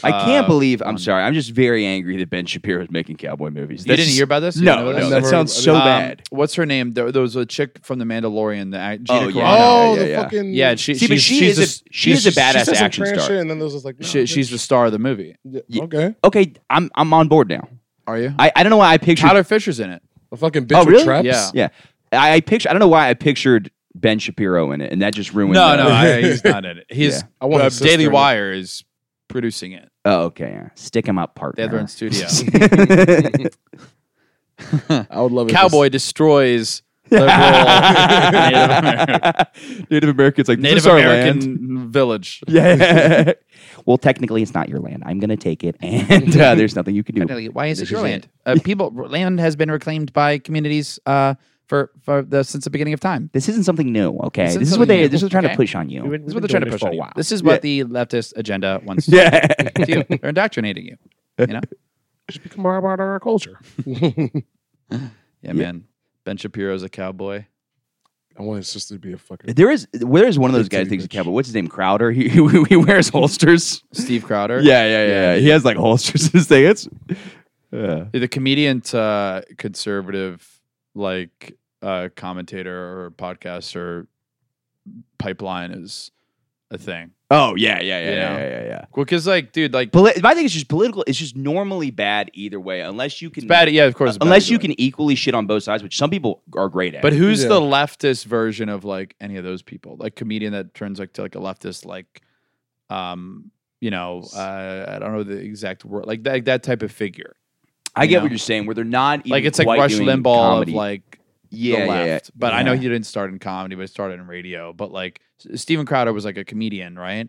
Speaker 4: I can't
Speaker 5: uh,
Speaker 4: believe. I'm
Speaker 5: one.
Speaker 4: sorry. I'm just very angry that Ben Shapiro is making cowboy movies.
Speaker 5: You
Speaker 4: That's-
Speaker 5: didn't hear about this? You didn't
Speaker 4: No,
Speaker 5: know
Speaker 4: no,
Speaker 5: this?
Speaker 4: that
Speaker 2: Never-
Speaker 4: sounds
Speaker 2: I
Speaker 4: so
Speaker 5: Um,
Speaker 4: bad.
Speaker 5: What's her name? There, there was a chick from The Mandalorian. The act- Gina
Speaker 4: Oh, yeah.
Speaker 5: Carano.
Speaker 2: oh
Speaker 4: yeah,
Speaker 2: the
Speaker 4: yeah.
Speaker 2: fucking
Speaker 5: yeah. She,
Speaker 4: See, but
Speaker 5: she's,
Speaker 4: she
Speaker 5: she's
Speaker 4: is a-
Speaker 5: the-
Speaker 4: she is a
Speaker 2: she said
Speaker 4: badass
Speaker 2: some
Speaker 4: action
Speaker 2: crazy
Speaker 4: star.
Speaker 2: shit, and then there was just like no,
Speaker 5: she- she's the star of the movie.
Speaker 2: yeah, okay.
Speaker 4: Okay, I'm I'm on board now.
Speaker 5: Are you?
Speaker 4: I, I don't know why I pictured.
Speaker 5: Tyler Fisher's in it.
Speaker 2: The fucking bitch
Speaker 4: Oh, really?
Speaker 2: with traps.
Speaker 5: Yeah.
Speaker 4: yeah, I, I picture. I don't know why I pictured Ben Shapiro in it, and that just ruined.
Speaker 5: No,
Speaker 4: the-
Speaker 5: no, I, he's not in it. He's
Speaker 4: Yeah.
Speaker 2: I want
Speaker 5: uh,
Speaker 2: his sister
Speaker 5: Daily
Speaker 2: in it.
Speaker 5: Wire is producing it.
Speaker 4: oh, okay. Yeah. Stick him up, partner.
Speaker 5: They are in studio.
Speaker 2: I would love it. if
Speaker 5: Cowboy destroys liberal Native, Amer-
Speaker 4: Native Americans like
Speaker 5: Native
Speaker 4: Native American.
Speaker 5: American village.
Speaker 4: Yeah. well, technically, it's not your land. I'm gonna take it, and uh, there's nothing you can do.
Speaker 5: Why is it your
Speaker 4: is it.
Speaker 5: land? Uh, people, land has been reclaimed by communities uh, for for the since the beginning of time.
Speaker 4: This isn't something new, okay?
Speaker 5: This
Speaker 4: This,
Speaker 5: isn't
Speaker 4: is what they
Speaker 5: something
Speaker 4: this
Speaker 5: new,
Speaker 4: is trying
Speaker 5: okay?
Speaker 4: to push on you.
Speaker 5: This is what they're trying to push on you. This is what the leftist agenda wants to
Speaker 4: Yeah.
Speaker 5: do. to you. They're indoctrinating you. You know?
Speaker 2: It should become more about our culture.
Speaker 5: Yeah, man. Ben Shapiro's a cowboy.
Speaker 2: I want his sister to be a fucking.
Speaker 4: there is where is one of those guys thinks a cowboy. What's his name? Crowder. He he, he wears holsters.
Speaker 5: Steve Crowder.
Speaker 4: Yeah, yeah, yeah, yeah. He has like holsters in his thing. It's
Speaker 5: The comedian to uh, conservative like uh, commentator or podcast or pipeline is a thing.
Speaker 4: oh yeah, yeah,
Speaker 5: Yeah.
Speaker 4: yeah, yeah, yeah, yeah. yeah.
Speaker 5: Well, cause like, dude, like
Speaker 4: Poli- my thing is just political. It's just normally bad either way, unless you can
Speaker 5: it's bad. Yeah, of course.
Speaker 4: uh,
Speaker 5: it's bad
Speaker 4: unless
Speaker 5: either
Speaker 4: you
Speaker 5: way.
Speaker 4: can equally shit on both sides, which some people are great at.
Speaker 5: But who's
Speaker 2: Yeah.
Speaker 5: the leftist version of like any of those people? Like comedian that turns like to like a leftist, like, um, you know, uh, I don't know the exact word, like that that type of figure.
Speaker 4: I get
Speaker 5: you know?
Speaker 4: what you're saying. Where they're not even
Speaker 5: like it's like
Speaker 4: quite
Speaker 5: Rush
Speaker 4: doing
Speaker 5: Limbaugh
Speaker 4: comedy.
Speaker 5: of like
Speaker 4: yeah,
Speaker 5: the
Speaker 4: yeah,
Speaker 5: left.
Speaker 4: yeah.
Speaker 5: But I know
Speaker 4: Yeah.
Speaker 5: he didn't start in comedy, but he started in radio. But like S- Steven Crowder was like a comedian, right?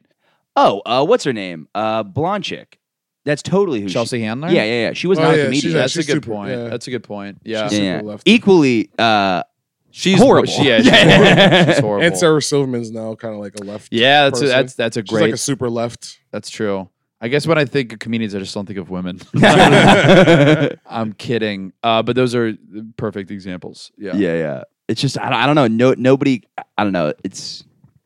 Speaker 4: Oh, uh, what's her name? Uh, blonde chick. That's totally who she-
Speaker 5: Chelsea Handler.
Speaker 4: Yeah, yeah, yeah. She was
Speaker 2: Oh,
Speaker 4: not
Speaker 2: yeah,
Speaker 4: a comedian.
Speaker 2: she's
Speaker 5: That's
Speaker 4: That's
Speaker 2: actually-
Speaker 5: a good
Speaker 2: super-
Speaker 5: point.
Speaker 2: yeah.
Speaker 5: That's a good point. Yeah, E-
Speaker 2: She's-
Speaker 5: she's,
Speaker 4: yeah,
Speaker 2: super
Speaker 4: yeah.
Speaker 2: lefty.
Speaker 4: Equally, uh,
Speaker 5: horrible.
Speaker 4: Horrible.
Speaker 5: She, yeah, she's
Speaker 4: Yeah.
Speaker 5: horrible. She's horrible.
Speaker 2: And Sarah Silverman's now kind of like a left.
Speaker 5: yeah, that's a,
Speaker 2: person.
Speaker 5: that's that's a
Speaker 2: She's
Speaker 5: great.
Speaker 2: like a super left.
Speaker 5: that's true. I guess when I think of comedians, I just don't think of women.
Speaker 4: yeah,
Speaker 5: I'm kidding. Uh, but those are perfect examples. Yeah.
Speaker 4: yeah. It's just I don't, I don't know. No, nobody. I don't know. It's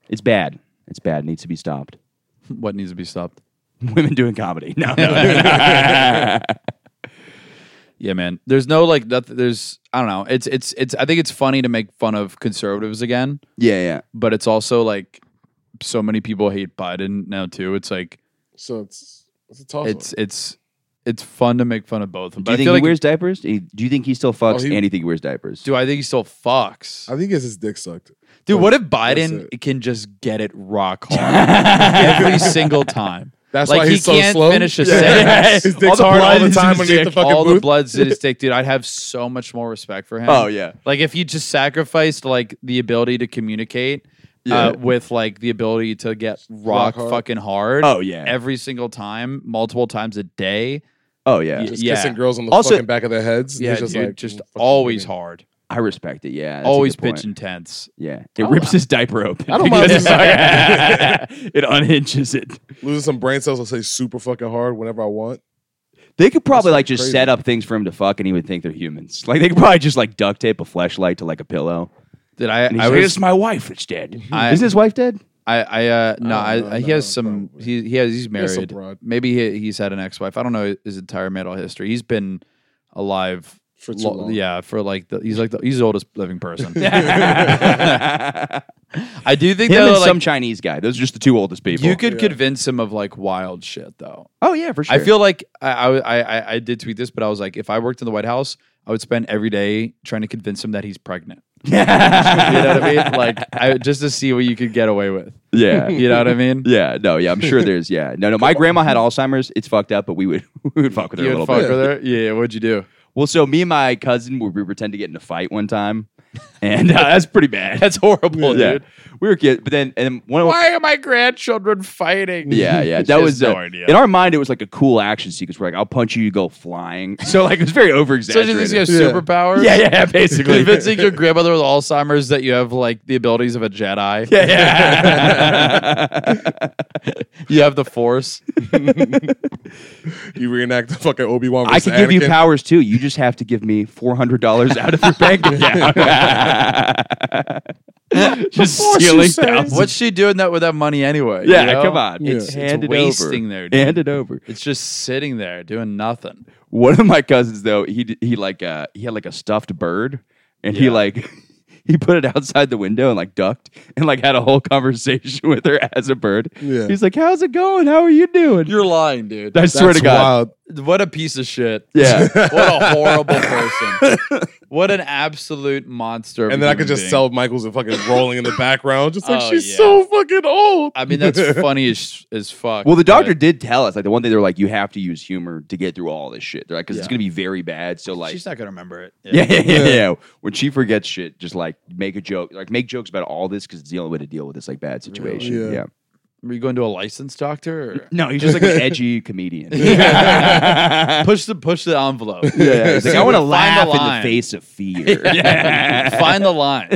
Speaker 4: it's bad. It's bad. It needs to be stopped.
Speaker 5: What needs to be stopped?
Speaker 4: Women doing comedy. No, no, no.
Speaker 5: Yeah, man. There's no like nothing. There's I don't know. It's it's it's. I think it's funny to make fun of conservatives again.
Speaker 4: yeah, yeah.
Speaker 5: but it's also like so many people hate Biden now too. It's like
Speaker 2: So it's it's a toss.
Speaker 5: it's it's it's fun to make fun of both. of them.
Speaker 4: Do
Speaker 5: But
Speaker 4: you
Speaker 5: I
Speaker 4: think
Speaker 5: feel
Speaker 4: he
Speaker 5: like
Speaker 4: wears diapers? Do you- do you think he still fucks?
Speaker 2: Oh, he-
Speaker 4: and you think he wears diapers?
Speaker 5: do I think he still fucks?
Speaker 2: I think it's his dick sucked.
Speaker 5: Dude, what if Biden
Speaker 2: that's
Speaker 5: can just get it rock hard every single time?
Speaker 2: That's
Speaker 5: like
Speaker 2: why
Speaker 5: he
Speaker 2: he's so
Speaker 5: can't
Speaker 2: slow.
Speaker 5: finish a
Speaker 2: Yeah.
Speaker 5: sentence.
Speaker 2: His dick's hard all the time underneath the fucking
Speaker 5: all the
Speaker 2: booth.
Speaker 5: blood's in his dick, dude. I'd have so much more respect for him.
Speaker 4: oh yeah.
Speaker 5: Like if you just sacrificed like the ability to communicate uh, with like the ability to get
Speaker 2: Rock
Speaker 5: rock,
Speaker 2: hard.
Speaker 5: fucking hard.
Speaker 4: Oh, yeah.
Speaker 5: every single time, multiple times a day.
Speaker 4: Oh yeah,
Speaker 5: Yeah.
Speaker 2: Just kissing girls on the
Speaker 4: Also-
Speaker 2: fucking back of their heads. and
Speaker 5: Yeah,
Speaker 2: they're
Speaker 5: just,
Speaker 2: like,
Speaker 5: just
Speaker 2: "Mm, fuck
Speaker 5: always
Speaker 2: you."
Speaker 5: hard,
Speaker 4: I respect it. Yeah, that's a good
Speaker 5: always
Speaker 4: point.
Speaker 5: pitch intense.
Speaker 4: Yeah, it rips his diaper open.
Speaker 2: I don't mind
Speaker 4: because-
Speaker 2: this-
Speaker 4: it unhinges it.
Speaker 2: Losing some brain cells, I'll say super fucking hard whenever I want.
Speaker 4: They could probably like just
Speaker 2: crazy.
Speaker 4: set up things for him to fuck, and he would think they're humans. Like they could probably just like duct tape a flashlight to like a pillow.
Speaker 5: Did I?
Speaker 4: And
Speaker 5: I
Speaker 4: he's like,
Speaker 5: was
Speaker 4: "It's my wife that's dead.
Speaker 5: I-
Speaker 4: Is his wife dead?
Speaker 5: I, I uh, no,
Speaker 2: I
Speaker 5: I,
Speaker 2: don't know,
Speaker 5: he has
Speaker 2: no,
Speaker 5: some.
Speaker 2: probably.
Speaker 5: He, he has. He's
Speaker 2: has some
Speaker 5: married.
Speaker 2: broad.
Speaker 5: Maybe he, he's had an ex-wife. I don't know his entire marital history. He's been alive.
Speaker 2: For too
Speaker 5: lo-
Speaker 2: long.
Speaker 5: Yeah, for like the, he's like the, he's the oldest living person.
Speaker 4: Him
Speaker 5: I do think
Speaker 4: and
Speaker 5: though, like,
Speaker 4: some Chinese guy. Those are just the two oldest people.
Speaker 5: you could
Speaker 2: Yeah.
Speaker 5: convince him of like wild shit though.
Speaker 4: oh yeah, for sure.
Speaker 5: I feel like I, I I I did tweet this, but I was like, if I worked in the White House, I would spend every day trying to convince him that he's pregnant. You know what I mean? Like, I, just to see what you could get away with.
Speaker 4: yeah,
Speaker 5: You know what I mean?
Speaker 4: yeah. No, yeah. I'm sure there's yeah. No, no. My grandma had Alzheimer's. It's fucked up, but we would we would fuck with her
Speaker 5: You
Speaker 4: a
Speaker 5: would
Speaker 4: little
Speaker 5: fuck
Speaker 4: bit.
Speaker 5: with her. Yeah. What'd you do?
Speaker 4: Well, so me and my cousin we we pretend to get in a fight one time, and uh, that's pretty bad.
Speaker 5: That's horrible, dude.
Speaker 4: We were kids, but then and one of
Speaker 5: Why are my grandchildren fighting?
Speaker 4: yeah, yeah, that
Speaker 5: She has
Speaker 4: was uh,
Speaker 5: no idea.
Speaker 4: in our mind. It was like a cool action sequence. We're like, I'll punch you, you go flying. So like it was very over
Speaker 5: So you think you have
Speaker 4: exaggerated.
Speaker 2: Yeah.
Speaker 5: superpowers?
Speaker 4: yeah, yeah, yeah, basically.
Speaker 5: Convincing your grandmother with Alzheimer's that you have like the abilities of a Jedi.
Speaker 4: yeah, yeah.
Speaker 5: You have the force.
Speaker 2: You reenact the fucking Obi Wan.
Speaker 4: I could give you powers too. You just have to give me four hundred dollars out of your bank account. just stealing thousands.
Speaker 5: What's she doing that with that money anyway? you
Speaker 4: Yeah,
Speaker 5: know?
Speaker 4: come on.
Speaker 2: Yeah.
Speaker 4: It's,
Speaker 2: It's
Speaker 4: handed
Speaker 5: wasting
Speaker 4: over.
Speaker 5: there, dude.
Speaker 4: Handed over.
Speaker 5: It's just sitting there doing nothing.
Speaker 4: One of my cousins though, he d- he like uh he had like a stuffed bird, and he
Speaker 5: Yeah.
Speaker 4: like he put it outside the window and like ducked and like had a whole conversation with her as a bird.
Speaker 2: Yeah.
Speaker 4: He's like, "How's it going? How are you doing?"
Speaker 5: You're lying, dude.
Speaker 4: I swear to God.
Speaker 5: what a piece of shit.
Speaker 4: Yeah.
Speaker 5: What a horrible person. What an absolute monster. of a
Speaker 2: And then I
Speaker 5: human
Speaker 2: could just
Speaker 5: being.
Speaker 2: sell Michaels and fucking rolling in the background, just like
Speaker 5: Oh,
Speaker 2: she's
Speaker 5: yeah.
Speaker 2: so fucking old.
Speaker 5: I mean, that's funny as, as fuck.
Speaker 4: Well,
Speaker 5: but-
Speaker 4: the doctor did tell us like the one thing they were like, "You have to use humor to get through all this shit." They're like, "Because it's
Speaker 5: Yeah.
Speaker 4: gonna be very bad." So like,
Speaker 5: She's not gonna remember it.
Speaker 4: yeah, yeah, yeah, yeah. When she forgets shit, just like make a joke, like make jokes about all this because it's the only way to deal with this like bad situation.
Speaker 2: Yeah.
Speaker 4: yeah.
Speaker 5: Were you going to a licensed doctor?
Speaker 4: No, he's just like an edgy comedian.
Speaker 5: Or? push the push the envelope.
Speaker 4: Yeah, he's like, I want to laugh in the
Speaker 5: line.
Speaker 4: face of fear.
Speaker 5: Find the line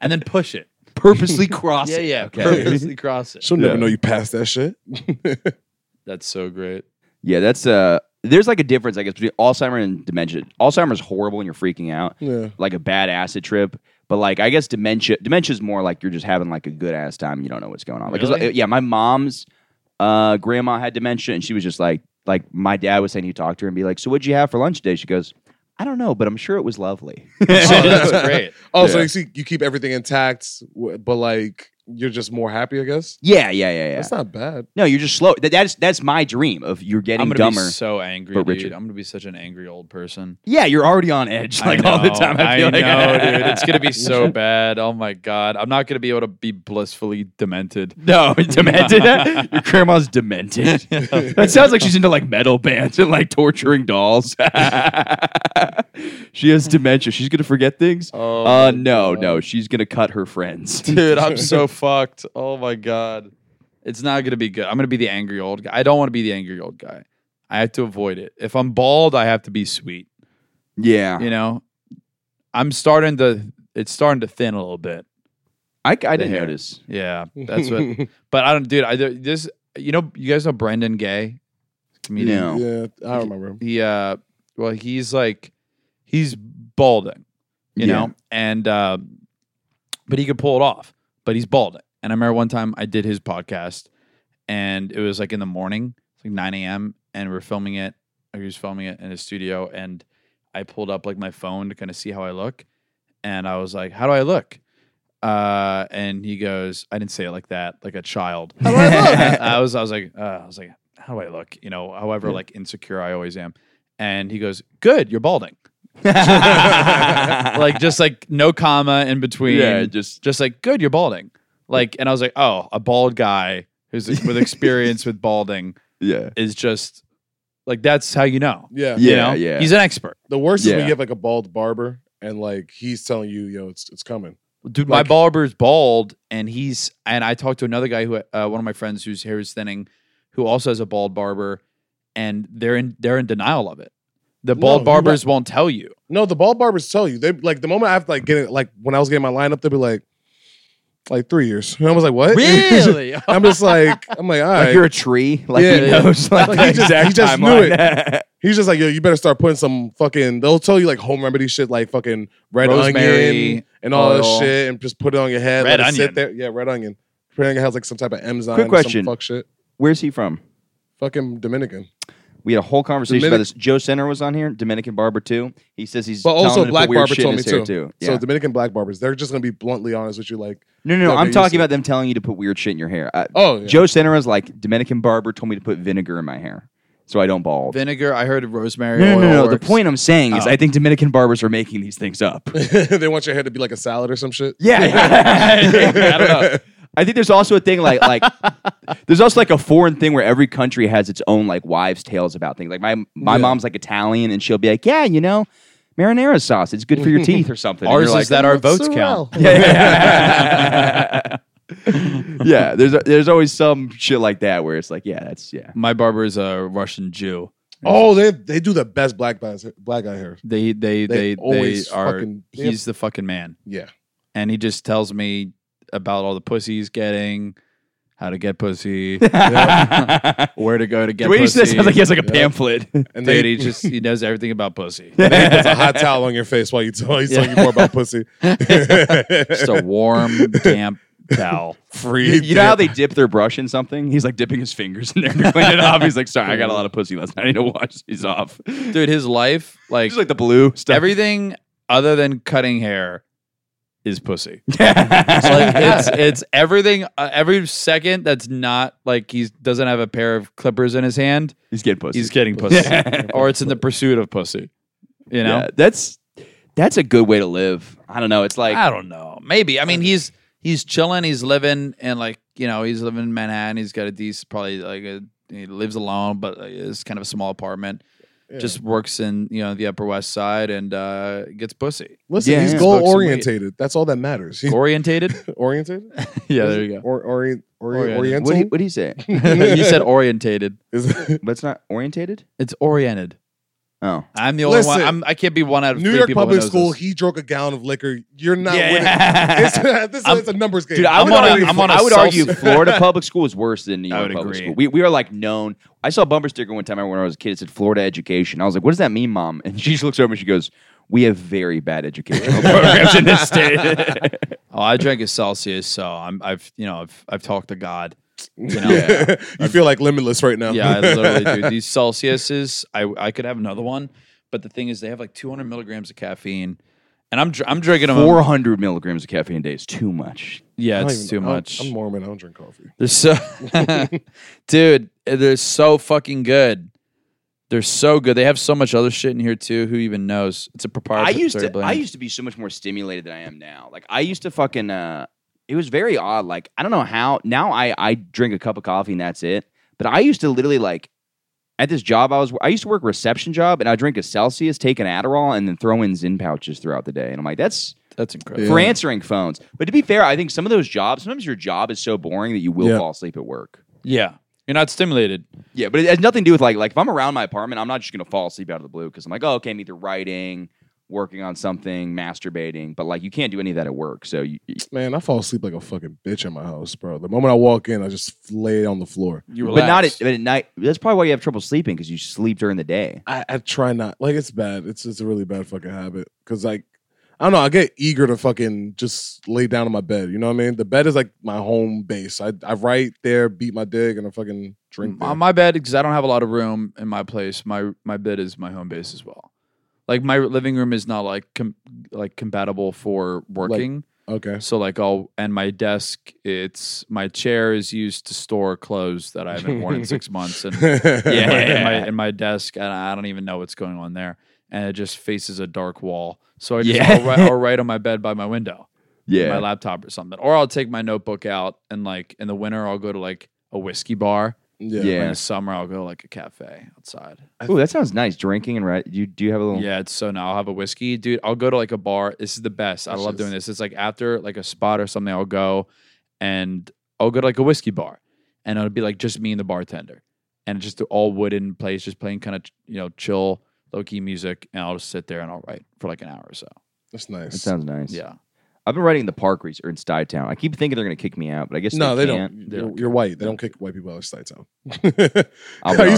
Speaker 5: and then push it.
Speaker 4: Purposely cross
Speaker 5: Yeah,
Speaker 4: it.
Speaker 5: yeah.
Speaker 4: Okay.
Speaker 5: Purposely cross it.
Speaker 2: She'll never
Speaker 4: Yeah.
Speaker 2: know you passed that shit.
Speaker 5: That's so great.
Speaker 4: Yeah, that's uh there's like a difference, I guess, between Alzheimer and dementia. Alzheimer's horrible and you're freaking out.
Speaker 2: Yeah.
Speaker 4: Like a bad acid trip. But like I guess dementia dementia's more like you're just having like a good ass time and you don't know what's going on. Like, 'cause,
Speaker 5: Really?
Speaker 4: like, yeah, my mom's uh grandma had dementia and she was just like like my dad was saying he talked to her and be like, So what'd you have for lunch today? She goes, I don't know, but I'm sure it was lovely.
Speaker 5: Oh, that's great.
Speaker 2: Oh, so
Speaker 4: Yeah.
Speaker 2: you see, you keep everything intact, w- but like you're just more happy, I guess.
Speaker 4: yeah, yeah, yeah, yeah.
Speaker 2: That's not bad.
Speaker 4: No, you're just slow. That, that's that's my dream of you're
Speaker 5: I'm
Speaker 4: getting
Speaker 5: gonna
Speaker 4: dumber.
Speaker 5: be so angry,
Speaker 4: but
Speaker 5: dude.
Speaker 4: Richard.
Speaker 5: I'm gonna be such an angry old person.
Speaker 4: yeah, you're already on edge
Speaker 5: I
Speaker 4: like all the
Speaker 5: know,
Speaker 4: time. I,
Speaker 5: I,
Speaker 4: feel like
Speaker 5: know, dude. It's gonna be so bad. Oh my god, I'm not gonna be able to be blissfully demented.
Speaker 4: no demented. Your grandma's demented. that sounds like she's into like metal bands and like torturing dolls. she has dementia. She's gonna forget things.
Speaker 5: Oh
Speaker 4: uh,
Speaker 5: my
Speaker 4: no,
Speaker 5: God.
Speaker 4: no. She's gonna cut her friends.
Speaker 5: dude. I'm so fucked. Oh my god, it's not gonna be good. I'm gonna be the angry old guy. I don't want to be the angry old guy. I have to avoid it. If I'm bald, I have to be sweet.
Speaker 4: yeah,
Speaker 5: You know, I'm starting to. It's starting to thin a little bit.
Speaker 4: I, I didn't
Speaker 5: hair.
Speaker 4: notice.
Speaker 5: Yeah, that's what. But I don't, dude. I don't- this. You know, you guys know Brendan Gay. Comedian?
Speaker 4: No.
Speaker 2: yeah, I remember.
Speaker 5: He uh, well, he's like, he's balding, you
Speaker 4: Yeah.
Speaker 5: know, and uh, but he could pull it off. But he's balding. And I remember one time I did his podcast, and it was like in the morning, it's like nine a.m., and we're filming it. Or he was filming it in his studio, and I pulled up like my phone to kind of see how I look, and I was like, "How do I look?" Uh, and he goes, "I didn't say it like that, like a child." I was I was like uh, I was like how do I look? You know, however like insecure I always am. And he goes, "Good, you're balding." like just like no comma in between.
Speaker 4: Yeah, just-
Speaker 5: just like good, you're balding. Like and I was like, "Oh, a bald guy who's with experience with balding
Speaker 4: yeah,
Speaker 5: is just like that's how you know."
Speaker 2: Yeah.
Speaker 4: yeah,
Speaker 5: you know?
Speaker 4: yeah.
Speaker 5: He's an expert.
Speaker 2: The worst is when
Speaker 4: Yeah.
Speaker 2: you have like a bald barber and like he's telling you, yo, it's it's coming.
Speaker 5: Dude, my
Speaker 2: Like-
Speaker 5: barber's bald, and he's and I talked to another guy who uh, one of my friends whose hair is thinning, who also has a bald barber, and they're in they're in denial of it. The
Speaker 2: No,
Speaker 5: bald
Speaker 2: you
Speaker 5: barbers won't tell you.
Speaker 2: No, the bald barbers tell you. They like the moment after like getting like when I was getting my lineup, they'd be like, like three years. And I was like, what?
Speaker 5: Really?
Speaker 2: I'm just like, I'm like, all
Speaker 4: Like
Speaker 2: right.
Speaker 4: you're a tree. Like
Speaker 2: Yeah,
Speaker 4: he
Speaker 2: yeah.
Speaker 4: knows. Like,
Speaker 2: Like,
Speaker 4: the
Speaker 2: he just-
Speaker 4: exact
Speaker 2: he just knew
Speaker 4: timeline.
Speaker 2: He's just like, yo, you better start putting some fucking. They'll tell you like home remedy shit, like fucking red
Speaker 5: Rosemary,
Speaker 2: onion and all
Speaker 5: oil.
Speaker 2: this shit, and just put it on your head.
Speaker 5: Red
Speaker 2: let it
Speaker 5: onion.
Speaker 2: sit there. Yeah, red onion. Red onion has like some type of enzyme.
Speaker 4: Quick
Speaker 2: or some
Speaker 4: question.
Speaker 2: fuck shit.
Speaker 4: Where's he from?
Speaker 2: Fucking Dominican,
Speaker 4: We had a whole conversation about
Speaker 2: Dominic-
Speaker 4: this. Joe Center was on here, Dominican barber too. He says he's
Speaker 2: but
Speaker 4: telling him
Speaker 2: also
Speaker 4: to put
Speaker 2: black
Speaker 4: weird
Speaker 2: barber
Speaker 4: shit
Speaker 2: told
Speaker 4: in
Speaker 2: me
Speaker 4: his hair,
Speaker 2: too.
Speaker 4: Yeah.
Speaker 2: So Dominican black barbers, they're just gonna be bluntly honest with you, like,
Speaker 4: no, no, no.
Speaker 2: Yeah,
Speaker 4: I'm
Speaker 2: they're
Speaker 4: talking
Speaker 2: used to-
Speaker 4: about them telling you to put weird shit in your hair. Uh,
Speaker 2: oh, yeah.
Speaker 4: Joe Center is like Dominican barber told me to put vinegar in my hair so I don't bald.
Speaker 5: Vinegar. I heard rosemary.
Speaker 4: no, no,
Speaker 5: oil
Speaker 4: no, no. The
Speaker 5: works.
Speaker 4: point I'm saying is
Speaker 5: Oh.
Speaker 4: I think Dominican barbers are making these things up.
Speaker 2: they want your hair to be like a salad or some shit.
Speaker 4: Yeah, I don't know. I think there's also a thing like like there's also like a foreign thing where every country has its own like wives' tales about things. Like my my
Speaker 2: Yeah.
Speaker 4: mom's like Italian and she'll be like, yeah, you know, marinara sauce, it's good for your teeth or something. And
Speaker 5: Ours
Speaker 4: you're
Speaker 5: is
Speaker 4: like,
Speaker 5: that our votes
Speaker 2: Mozzarella.
Speaker 5: count.
Speaker 4: yeah, yeah. There's there's always some shit like that where it's like, yeah, that's yeah.
Speaker 5: My barber is a Russian Jew.
Speaker 2: Oh, they they do the best black guys, black guy hair.
Speaker 5: They they
Speaker 2: They
Speaker 5: they they,
Speaker 2: always
Speaker 5: are.
Speaker 2: fucking- they have-
Speaker 5: he's the fucking man,
Speaker 2: Yeah,
Speaker 5: and he just tells me about all the pussy he's getting, how to get pussy, where to go to get
Speaker 4: the way you
Speaker 5: pussy.
Speaker 4: said that sounds like he has like a pamphlet.
Speaker 2: and
Speaker 5: Dude,
Speaker 2: they
Speaker 5: he just he knows everything about pussy.
Speaker 2: he puts a hot towel on your face while you tell he's telling you more about pussy.
Speaker 5: Just a warm, damp towel.
Speaker 2: Free.
Speaker 4: You, you know how they dip their brush in something? He's like dipping his fingers in there to clean it off. He's like, sorry, I got a lot of pussy last night. I need to wash these off. Dude,
Speaker 5: Dude, his life, like,
Speaker 4: just like the blue stuff.
Speaker 5: everything other than cutting hair is pussy. It's like
Speaker 4: like,
Speaker 5: it's it's everything uh, every second that's not like he doesn't have a pair of clippers in his hand,
Speaker 4: he's getting pussy.
Speaker 5: he's getting pussy.
Speaker 4: Yeah.
Speaker 5: Or it's in the pursuit of pussy. You know?
Speaker 4: Yeah, that's that's a good way to live. I don't know. It's like
Speaker 5: I don't know. Maybe. I mean, he's he's chilling. He's living and like you know, he's living in Manhattan. He's got a decent, probably like a, he lives alone, but like, it's kind of a small apartment. Just works in you know the Upper West Side and uh, gets pussy
Speaker 2: Listen,
Speaker 4: Yeah,
Speaker 2: he's
Speaker 4: yeah.
Speaker 2: goal
Speaker 5: Smoke some weed.
Speaker 2: orientated. That's all that matters. He's
Speaker 5: orientated.
Speaker 2: oriented.
Speaker 5: yeah,
Speaker 2: Is
Speaker 5: there
Speaker 2: it?
Speaker 5: you go.
Speaker 2: Or, orient, ori-
Speaker 5: Oriented.
Speaker 2: oriental.
Speaker 4: what do you, what do you say?
Speaker 5: you said orientated.
Speaker 2: Is-
Speaker 4: But it's not orientated.
Speaker 5: It's oriented.
Speaker 4: Oh,
Speaker 5: I'm the only one.
Speaker 2: Listen.
Speaker 5: I'm, I can't be one out of
Speaker 2: New
Speaker 5: three
Speaker 2: York
Speaker 5: people who
Speaker 2: public
Speaker 5: knows
Speaker 2: school.
Speaker 5: this.
Speaker 2: He drank a gallon of liquor. You're not
Speaker 4: Yeah.
Speaker 2: winning. It's, this,
Speaker 5: I'm-
Speaker 2: it's a numbers game.
Speaker 4: dude, I
Speaker 5: I'm
Speaker 4: would,
Speaker 5: on a-
Speaker 4: argue,
Speaker 5: I'm on a
Speaker 4: I would
Speaker 5: salsa-
Speaker 4: argue Florida public school is worse than New
Speaker 5: I
Speaker 4: York
Speaker 5: would
Speaker 4: public
Speaker 5: agree.
Speaker 4: school. We, we are like known. I saw a bumper sticker one time when I was a kid. It said Florida education. I was like, what does that mean, mom? And she just looks over and she goes, we have very bad educational programs in this state.
Speaker 5: Oh, I drank a Celsius, so I'm. I've you know I've I've talked to God. You know.
Speaker 2: Yeah. you feel like limitless right now.
Speaker 5: Yeah, I literally do. These Celsiuses, I I could have another one, but the thing is, they have like 200 milligrams of caffeine, and I'm dr- I'm drinking them.
Speaker 4: 400 milligrams of caffeine a day is too much.
Speaker 5: yeah,
Speaker 2: I don't
Speaker 5: it's
Speaker 2: even-
Speaker 5: too
Speaker 2: I don't-
Speaker 5: much.
Speaker 2: I'm Mormon. I don't drink coffee.
Speaker 5: They're so, dude. eh, They're so fucking good. They're so good. They have so much other shit in here too. Who even knows? It's a
Speaker 4: I
Speaker 5: proprietary.
Speaker 4: used to
Speaker 5: blend.
Speaker 4: I used to be so much more stimulated than I am now. Like I used to fucking uh it was very odd. Like I don't know how now I I drink a cup of coffee and that's it. But I used to literally like at this job I was I used to work a reception job and I drink a Celsius, take an Adderall, and then throw in Zin pouches throughout the day. And I'm like, that's
Speaker 5: That's incredible.
Speaker 4: for answering phones. But to be fair, I think some of those jobs sometimes your job is so boring that you will
Speaker 2: Yeah.
Speaker 4: fall asleep at work.
Speaker 5: Yeah, you're not stimulated.
Speaker 4: Yeah, but it has nothing to do with like like if I'm around my apartment, I'm not just gonna fall asleep out of the blue because I'm like, oh, okay, I'm either writing, working on something, masturbating, but like you can't do any of that at work. So you,
Speaker 2: Man, I fall asleep like a fucking bitch in my house, bro. The moment I walk in, I just lay on the floor.
Speaker 5: You
Speaker 4: but not
Speaker 5: relax.
Speaker 4: at, but at night. That's probably why you have trouble sleeping because you sleep during the day.
Speaker 2: I, I try not like it's bad. It's it's a really bad fucking habit because like I don't know. I get eager to fucking just lay down on my bed. You know what I mean? The bed is like my home base. I I write there, beat my dick, and I fucking
Speaker 5: My,
Speaker 2: drink. There.
Speaker 5: Uh, my bed because I don't have a lot of room in my place. My my bed is my home base as well. Like my living room is not like com- like compatible for working.
Speaker 2: Okay.
Speaker 5: so like I'll and my desk, it's my chair is used to store clothes that I haven't worn in six months, and
Speaker 4: Yeah.
Speaker 5: my, and my, and my desk, and I don't even know what's going on there, and it just faces a dark wall. So I just
Speaker 4: Yeah.
Speaker 5: I'll, write, I'll write on my bed by my window my
Speaker 4: Yeah,
Speaker 5: laptop or something. Or I'll take my notebook out and like in the winter I'll go to like a whiskey bar
Speaker 2: Yeah.
Speaker 4: Yeah.
Speaker 5: In the summer, I'll go like a cafe outside.
Speaker 4: Ooh, that sounds nice. Drinking and right. You do you have a little.
Speaker 5: Yeah, it's so now I'll have a whiskey, dude. I'll go to like a bar. This is the best. I love
Speaker 2: Delicious.
Speaker 5: doing this. It's like after like a spot or something, I'll go and I'll go to like a whiskey bar, and it'll be like just me and the bartender, and just the all wooden place, just playing kind of you know chill, low key music, and I'll just sit there and I'll write for like an hour or so.
Speaker 2: That's nice.
Speaker 4: That sounds nice.
Speaker 5: Yeah,
Speaker 4: I've been writing in the park re- or in Stuytown. I keep thinking they're gonna kick me out, but I guess
Speaker 2: no, they,
Speaker 4: can't.
Speaker 2: don't.
Speaker 5: They
Speaker 2: You're,
Speaker 5: don't
Speaker 2: you're white. They don't kick white people out of Stuytown. I used
Speaker 4: be
Speaker 2: to get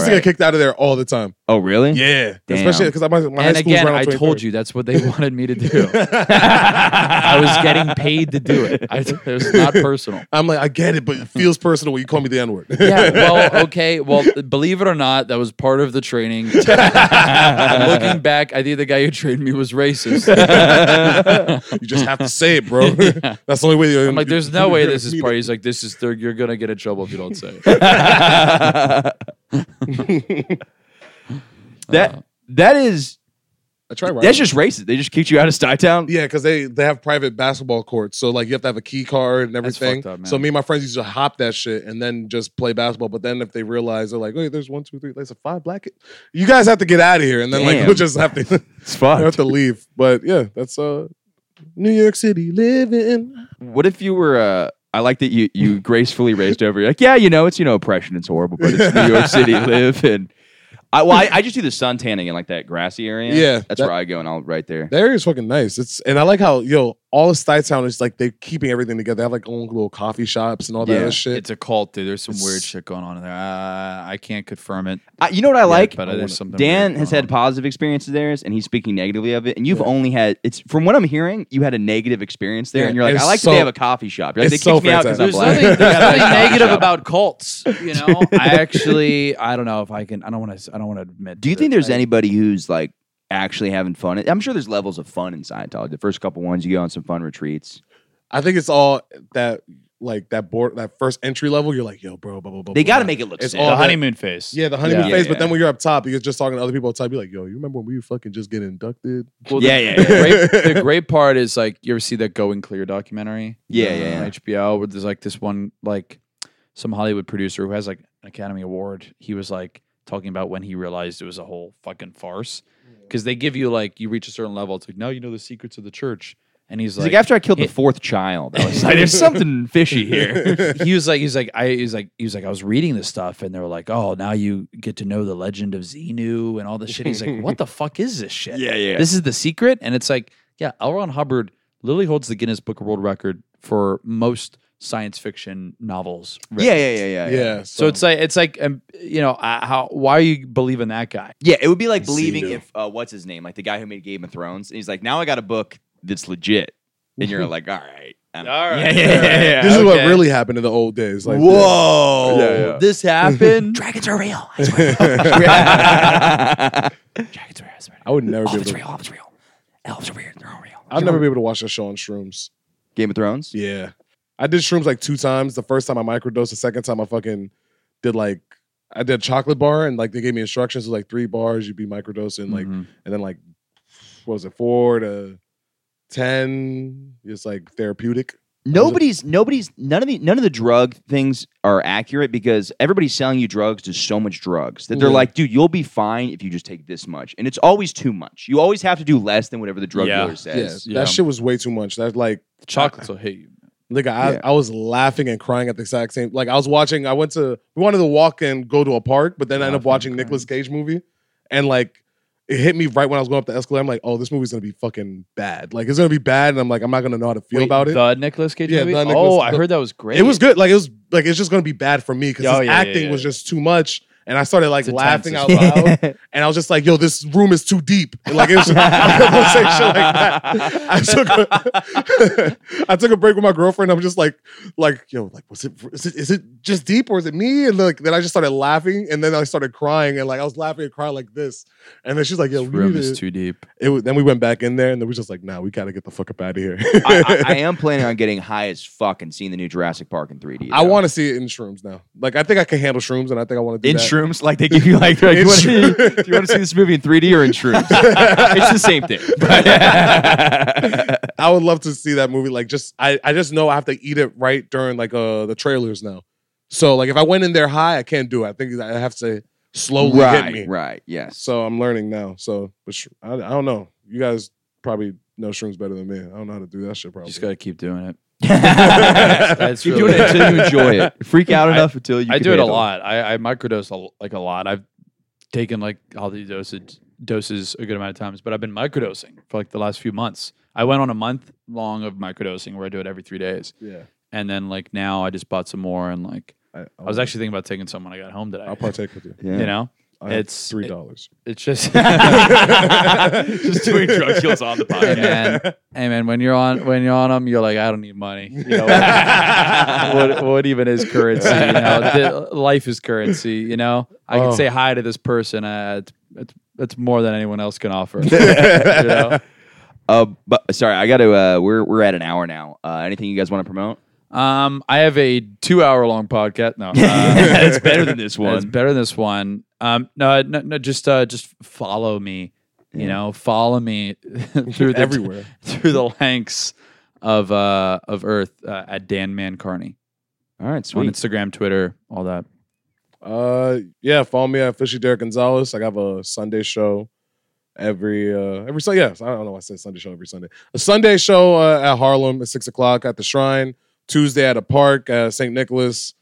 Speaker 4: alright.
Speaker 2: kicked out of there all the time.
Speaker 4: Oh really?
Speaker 2: Yeah,
Speaker 4: Damn.
Speaker 2: especially because my, my high
Speaker 5: and
Speaker 2: school's
Speaker 5: again,
Speaker 2: right on
Speaker 5: I
Speaker 2: 23rd.
Speaker 5: told you that's what they wanted me to do. I was getting paid to do it. I, it was not personal.
Speaker 2: I'm like, I get it, but it
Speaker 5: Uh-huh.
Speaker 2: feels personal when you call me the N word.
Speaker 5: Yeah, well, okay. Well, believe it or not, that was part of the training. Looking back, I think the guy who trained me was racist.
Speaker 2: you just have to say it, bro. That's the only way. you-
Speaker 5: I'm like, there's no way this is part. He's like, this is, they're- you're going to get in trouble if you don't say it.
Speaker 4: That that is
Speaker 2: I try right.
Speaker 4: that's just racist. They just kicked you out of Stuytown.
Speaker 2: Yeah, because they they have private basketball courts, so like you have to have a key card and
Speaker 5: That's
Speaker 2: everything.
Speaker 5: fucked up, man.
Speaker 2: So me and my friends used to hop that shit and then just play basketball. But then if they realize they're like, wait, there's one, two, three, there's a five black, you guys have to get out of here, and then like
Speaker 4: Damn.
Speaker 2: we'll just have to we'll
Speaker 4: It's
Speaker 2: have to leave. But yeah, that's uh New York City living.
Speaker 4: What if you were? Uh, I like that you you gracefully raised over. You're like, yeah, you know, it's you know oppression. It's horrible, but it's New York City live and. I, well, I, I just do the sun tanning in like that grassy area.
Speaker 2: Yeah,
Speaker 4: that's
Speaker 2: that-
Speaker 4: where I go, and I'll right there.
Speaker 2: That area's fucking nice. It's and I like how yo all of Stuytown is like they're keeping everything together. They have like own little coffee shops and all that
Speaker 4: Yeah,
Speaker 2: other shit.
Speaker 5: It's a cult, dude. There's some weird shit going on in there. Uh, I can't confirm it.
Speaker 4: I, you know what I like?
Speaker 5: but there's something
Speaker 4: Dan
Speaker 5: weird Uh-huh.
Speaker 4: has
Speaker 5: going
Speaker 4: had positive experiences there, and he's speaking negatively of it. And you've only had it's from what I'm hearing, you had a negative experience there,
Speaker 2: Yeah,
Speaker 4: and you're like,
Speaker 2: it's
Speaker 4: I like that they
Speaker 2: so-
Speaker 4: have a coffee shop. You're like, they
Speaker 2: it's so
Speaker 4: kicked me out because I'm
Speaker 5: There's
Speaker 4: black.
Speaker 5: nothing, there's
Speaker 4: Yeah,
Speaker 5: nothing
Speaker 4: coffee
Speaker 5: negative
Speaker 4: shop.
Speaker 5: about cults, you know. I actually, I don't know if I can. I don't want to. I don't want to admit.
Speaker 4: Do you
Speaker 5: to
Speaker 4: think
Speaker 5: this.
Speaker 4: there's
Speaker 5: I-
Speaker 4: anybody who's like actually having fun? I'm sure there's levels of fun in Scientology. The first couple ones, you go on some fun retreats.
Speaker 2: I think it's all that like that board that first entry level. You're like yo, bro, blah blah blah.
Speaker 4: They
Speaker 2: blah,
Speaker 4: got to
Speaker 2: blah.
Speaker 4: make it look.
Speaker 2: Oh, It's
Speaker 4: sick.
Speaker 2: all
Speaker 5: the
Speaker 2: that-
Speaker 5: honeymoon phase?
Speaker 2: Yeah, the honeymoon
Speaker 4: Yeah.
Speaker 2: phase.
Speaker 4: Yeah.
Speaker 2: But then when you're up top, you're just talking to other people. Up top, you're like, "Yo, you remember when we fucking just get inducted?"
Speaker 5: Well,
Speaker 4: Yeah,
Speaker 5: the,
Speaker 4: yeah,
Speaker 5: the
Speaker 4: yeah.
Speaker 5: great, the great part is like you ever see that Going Clear documentary?
Speaker 4: Yeah,
Speaker 5: Uh,
Speaker 4: yeah, yeah.
Speaker 5: On HBO, where there's like this one like some Hollywood producer who has like an Academy Award. He was like talking about when he realized it was a whole fucking farce because they give you like you reach a certain level. It's like now you know the secrets of the church, and he's
Speaker 4: It's
Speaker 5: like,
Speaker 4: like, after I killed the
Speaker 5: it-
Speaker 4: fourth child, I was like, "There's something fishy here."
Speaker 5: he was like, he's like, I, he's like, he was like, I was reading this stuff, and they were like, oh, now you get to know the legend of Xenu and all this shit. He's like, what the fuck is this shit?
Speaker 4: Yeah, yeah.
Speaker 5: This is the secret, and it's like, yeah, L. Ron Hubbard literally holds the Guinness Book of World Record for most science fiction novels. written.
Speaker 4: yeah, yeah, yeah, yeah,
Speaker 2: Yeah.
Speaker 4: yeah.
Speaker 5: So it's like, it's like, um, you know, uh, how? Why are you believing that guy?
Speaker 4: Yeah, it would be like
Speaker 2: See,
Speaker 4: believing
Speaker 2: no.
Speaker 4: if uh, what's his name, like the guy who made Game of Thrones, and he's like, "Now I got a book that's legit," and you're like, "All right, all
Speaker 5: right,
Speaker 4: yeah, yeah, yeah, yeah.
Speaker 2: this is what
Speaker 5: okay.
Speaker 2: really happened in the old days. Like,
Speaker 4: Whoa,
Speaker 2: Yeah, yeah.
Speaker 5: This happened.
Speaker 4: dragons are real." I swear. dragons are real. I swear.
Speaker 2: I would never be
Speaker 4: All of
Speaker 2: able.
Speaker 4: it's
Speaker 2: To,
Speaker 4: Oh, real. All of it's real. Elves are weird. They're all real.
Speaker 2: I'd never be able to watch that show on shrooms.
Speaker 4: Game of Thrones.
Speaker 2: Yeah, I did shrooms like two times. The first time I microdosed. The second time I fucking did like I did a chocolate bar and like they gave me instructions to like three bars you'd be microdosing like
Speaker 5: Mhm.
Speaker 2: and then like what was it four to ten? It's like therapeutic.
Speaker 4: Nobody's nobody's none of the none of the drug things are accurate because everybody's selling you drugs to so much drugs that they're
Speaker 2: Yeah.
Speaker 4: like, dude, you'll be fine if you just take this much, and it's always too much. You always have to do less than whatever the drug
Speaker 5: Yeah.
Speaker 4: dealer
Speaker 2: Yeah,
Speaker 4: says.
Speaker 5: Yeah.
Speaker 2: that shit was way too much. That's like.
Speaker 5: Chocolates will hit you.
Speaker 2: Nigga, I,
Speaker 4: Yeah.
Speaker 2: I was laughing and crying at the exact same. Like I was watching. I went to we wanted to walk and go to a park, but then I ended up
Speaker 5: Laughing
Speaker 2: watching
Speaker 5: and
Speaker 2: Nicolas Cage movie, and like it hit me right when I was going up the escalator. I'm like, oh, this movie's gonna be fucking bad. Like it's gonna be bad, and I'm like, I'm not gonna know how to feel
Speaker 5: Wait,
Speaker 2: about it.
Speaker 5: The Nicolas Cage
Speaker 2: Yeah,
Speaker 5: movie.
Speaker 2: the Nicolas-
Speaker 5: oh, I
Speaker 2: the-
Speaker 5: heard that was great.
Speaker 2: It was good. Like it was like it's just gonna be bad for me because
Speaker 5: Oh,
Speaker 2: his
Speaker 5: yeah, yeah,
Speaker 2: acting
Speaker 5: yeah,
Speaker 2: was
Speaker 5: yeah.
Speaker 2: just too much. And I started like
Speaker 5: It's
Speaker 2: laughing out
Speaker 5: intense as
Speaker 2: loud, and I was just like, "Yo, this room is too deep." And, like it was, I was gonna say shit like that. I took, a, I took a break with my girlfriend. I'm just like, like, yo, like, was it, is it, is it just deep or is it me? And like, then I just started laughing, and then I started crying, and like, I was laughing and crying like this, and then she's like, "Yo,
Speaker 5: This
Speaker 2: we
Speaker 5: room
Speaker 2: need
Speaker 5: is
Speaker 2: to-"
Speaker 5: too deep.
Speaker 2: It was, then we went back in there, and then we just like, "Nah, we gotta get the fuck up out of here."
Speaker 4: I, I, I am planning on getting high as fuck and seeing the new Jurassic Park in 3D.
Speaker 2: I want to see it in shrooms now. Like I think I can handle shrooms, and I think I want to do
Speaker 4: in
Speaker 2: that.
Speaker 4: shrooms, like they give you like, they're like,
Speaker 2: In
Speaker 4: "Do you wanna-
Speaker 2: shroom-
Speaker 4: do you want to see this movie in 3D or in shrooms? it's the same thing.
Speaker 2: I would love to see that movie. Like just I, I just know I have to eat it right during like uh the trailers now. So like if I went in there high, I can't do it. I think I have to slowly hit me.
Speaker 4: Right, right, yes.
Speaker 2: So I'm learning now. So but sh- I, I don't know. You guys probably know shrooms better than me. I don't know how to do that shit. Probably.
Speaker 5: Just gotta keep doing it.
Speaker 4: That's
Speaker 5: That's
Speaker 4: Keep
Speaker 5: really-
Speaker 4: doing it until you enjoy it. Freak out enough until you.
Speaker 5: I
Speaker 4: can
Speaker 5: do it a
Speaker 4: handle
Speaker 5: lot. I, I microdose a, l- like a lot. I've taken like all these dosage, doses a good amount of times, but I've been microdosing for like the last few months. I went on a month long of microdosing where I do it every three days,
Speaker 2: Yeah.
Speaker 5: and then like now I just bought some more and like
Speaker 2: I,
Speaker 5: I was actually thinking about taking some when I got home today.
Speaker 2: Oh. I'll partake with you.
Speaker 4: Yeah.
Speaker 5: You know,
Speaker 2: I have
Speaker 5: It's-
Speaker 2: three dollars.
Speaker 5: it's just
Speaker 4: just doing drug deals on the
Speaker 5: Hey
Speaker 4: podcast.
Speaker 5: man, hey man, when you're on when you're on them, you're like, I don't need money. You know, what, what, what even is currency? You know, Th- life is currency. You know, I
Speaker 2: Oh.
Speaker 5: can say hi to this person. Uh, it's, it's, it's more than anyone else can offer. you know?
Speaker 4: Uh, but sorry, I got to. Uh, we're we're at an hour now. Uh, anything you guys want to promote?
Speaker 5: Um, I have a two hour long podcast. No, uh,
Speaker 4: It's better than this
Speaker 5: It's better than this one. Um, no, no, no just uh, just follow me. You know, follow me through the
Speaker 2: Everywhere.
Speaker 5: through the lengths of uh of Earth uh, at Dan Man Carney
Speaker 4: All right,
Speaker 5: on
Speaker 4: sweet.
Speaker 5: Instagram, Twitter, all that.
Speaker 2: Uh, yeah. Follow me at Fishy Derek Gonzalez. I have a Sunday show every uh every Sunday. Yes, I don't know. Why I said Sunday show every Sunday. A Sunday show uh, at Harlem at six o'clock at the Shrine. Tuesday at a park at St. Nicholas.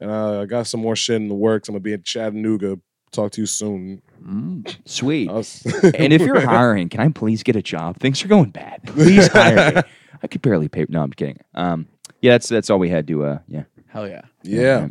Speaker 2: And uh, I got some more shit in the works. I'm gonna be in Chattanooga. Talk to you soon.
Speaker 4: Mm. Sweet.
Speaker 2: I'll s-
Speaker 4: and if you're hiring, can I please get a job? Things are going bad. Please hire me. I could barely pay. No, I'm kidding. Um, yeah, that's that's all we had to. Uh, yeah.
Speaker 5: Hell yeah.
Speaker 2: yeah,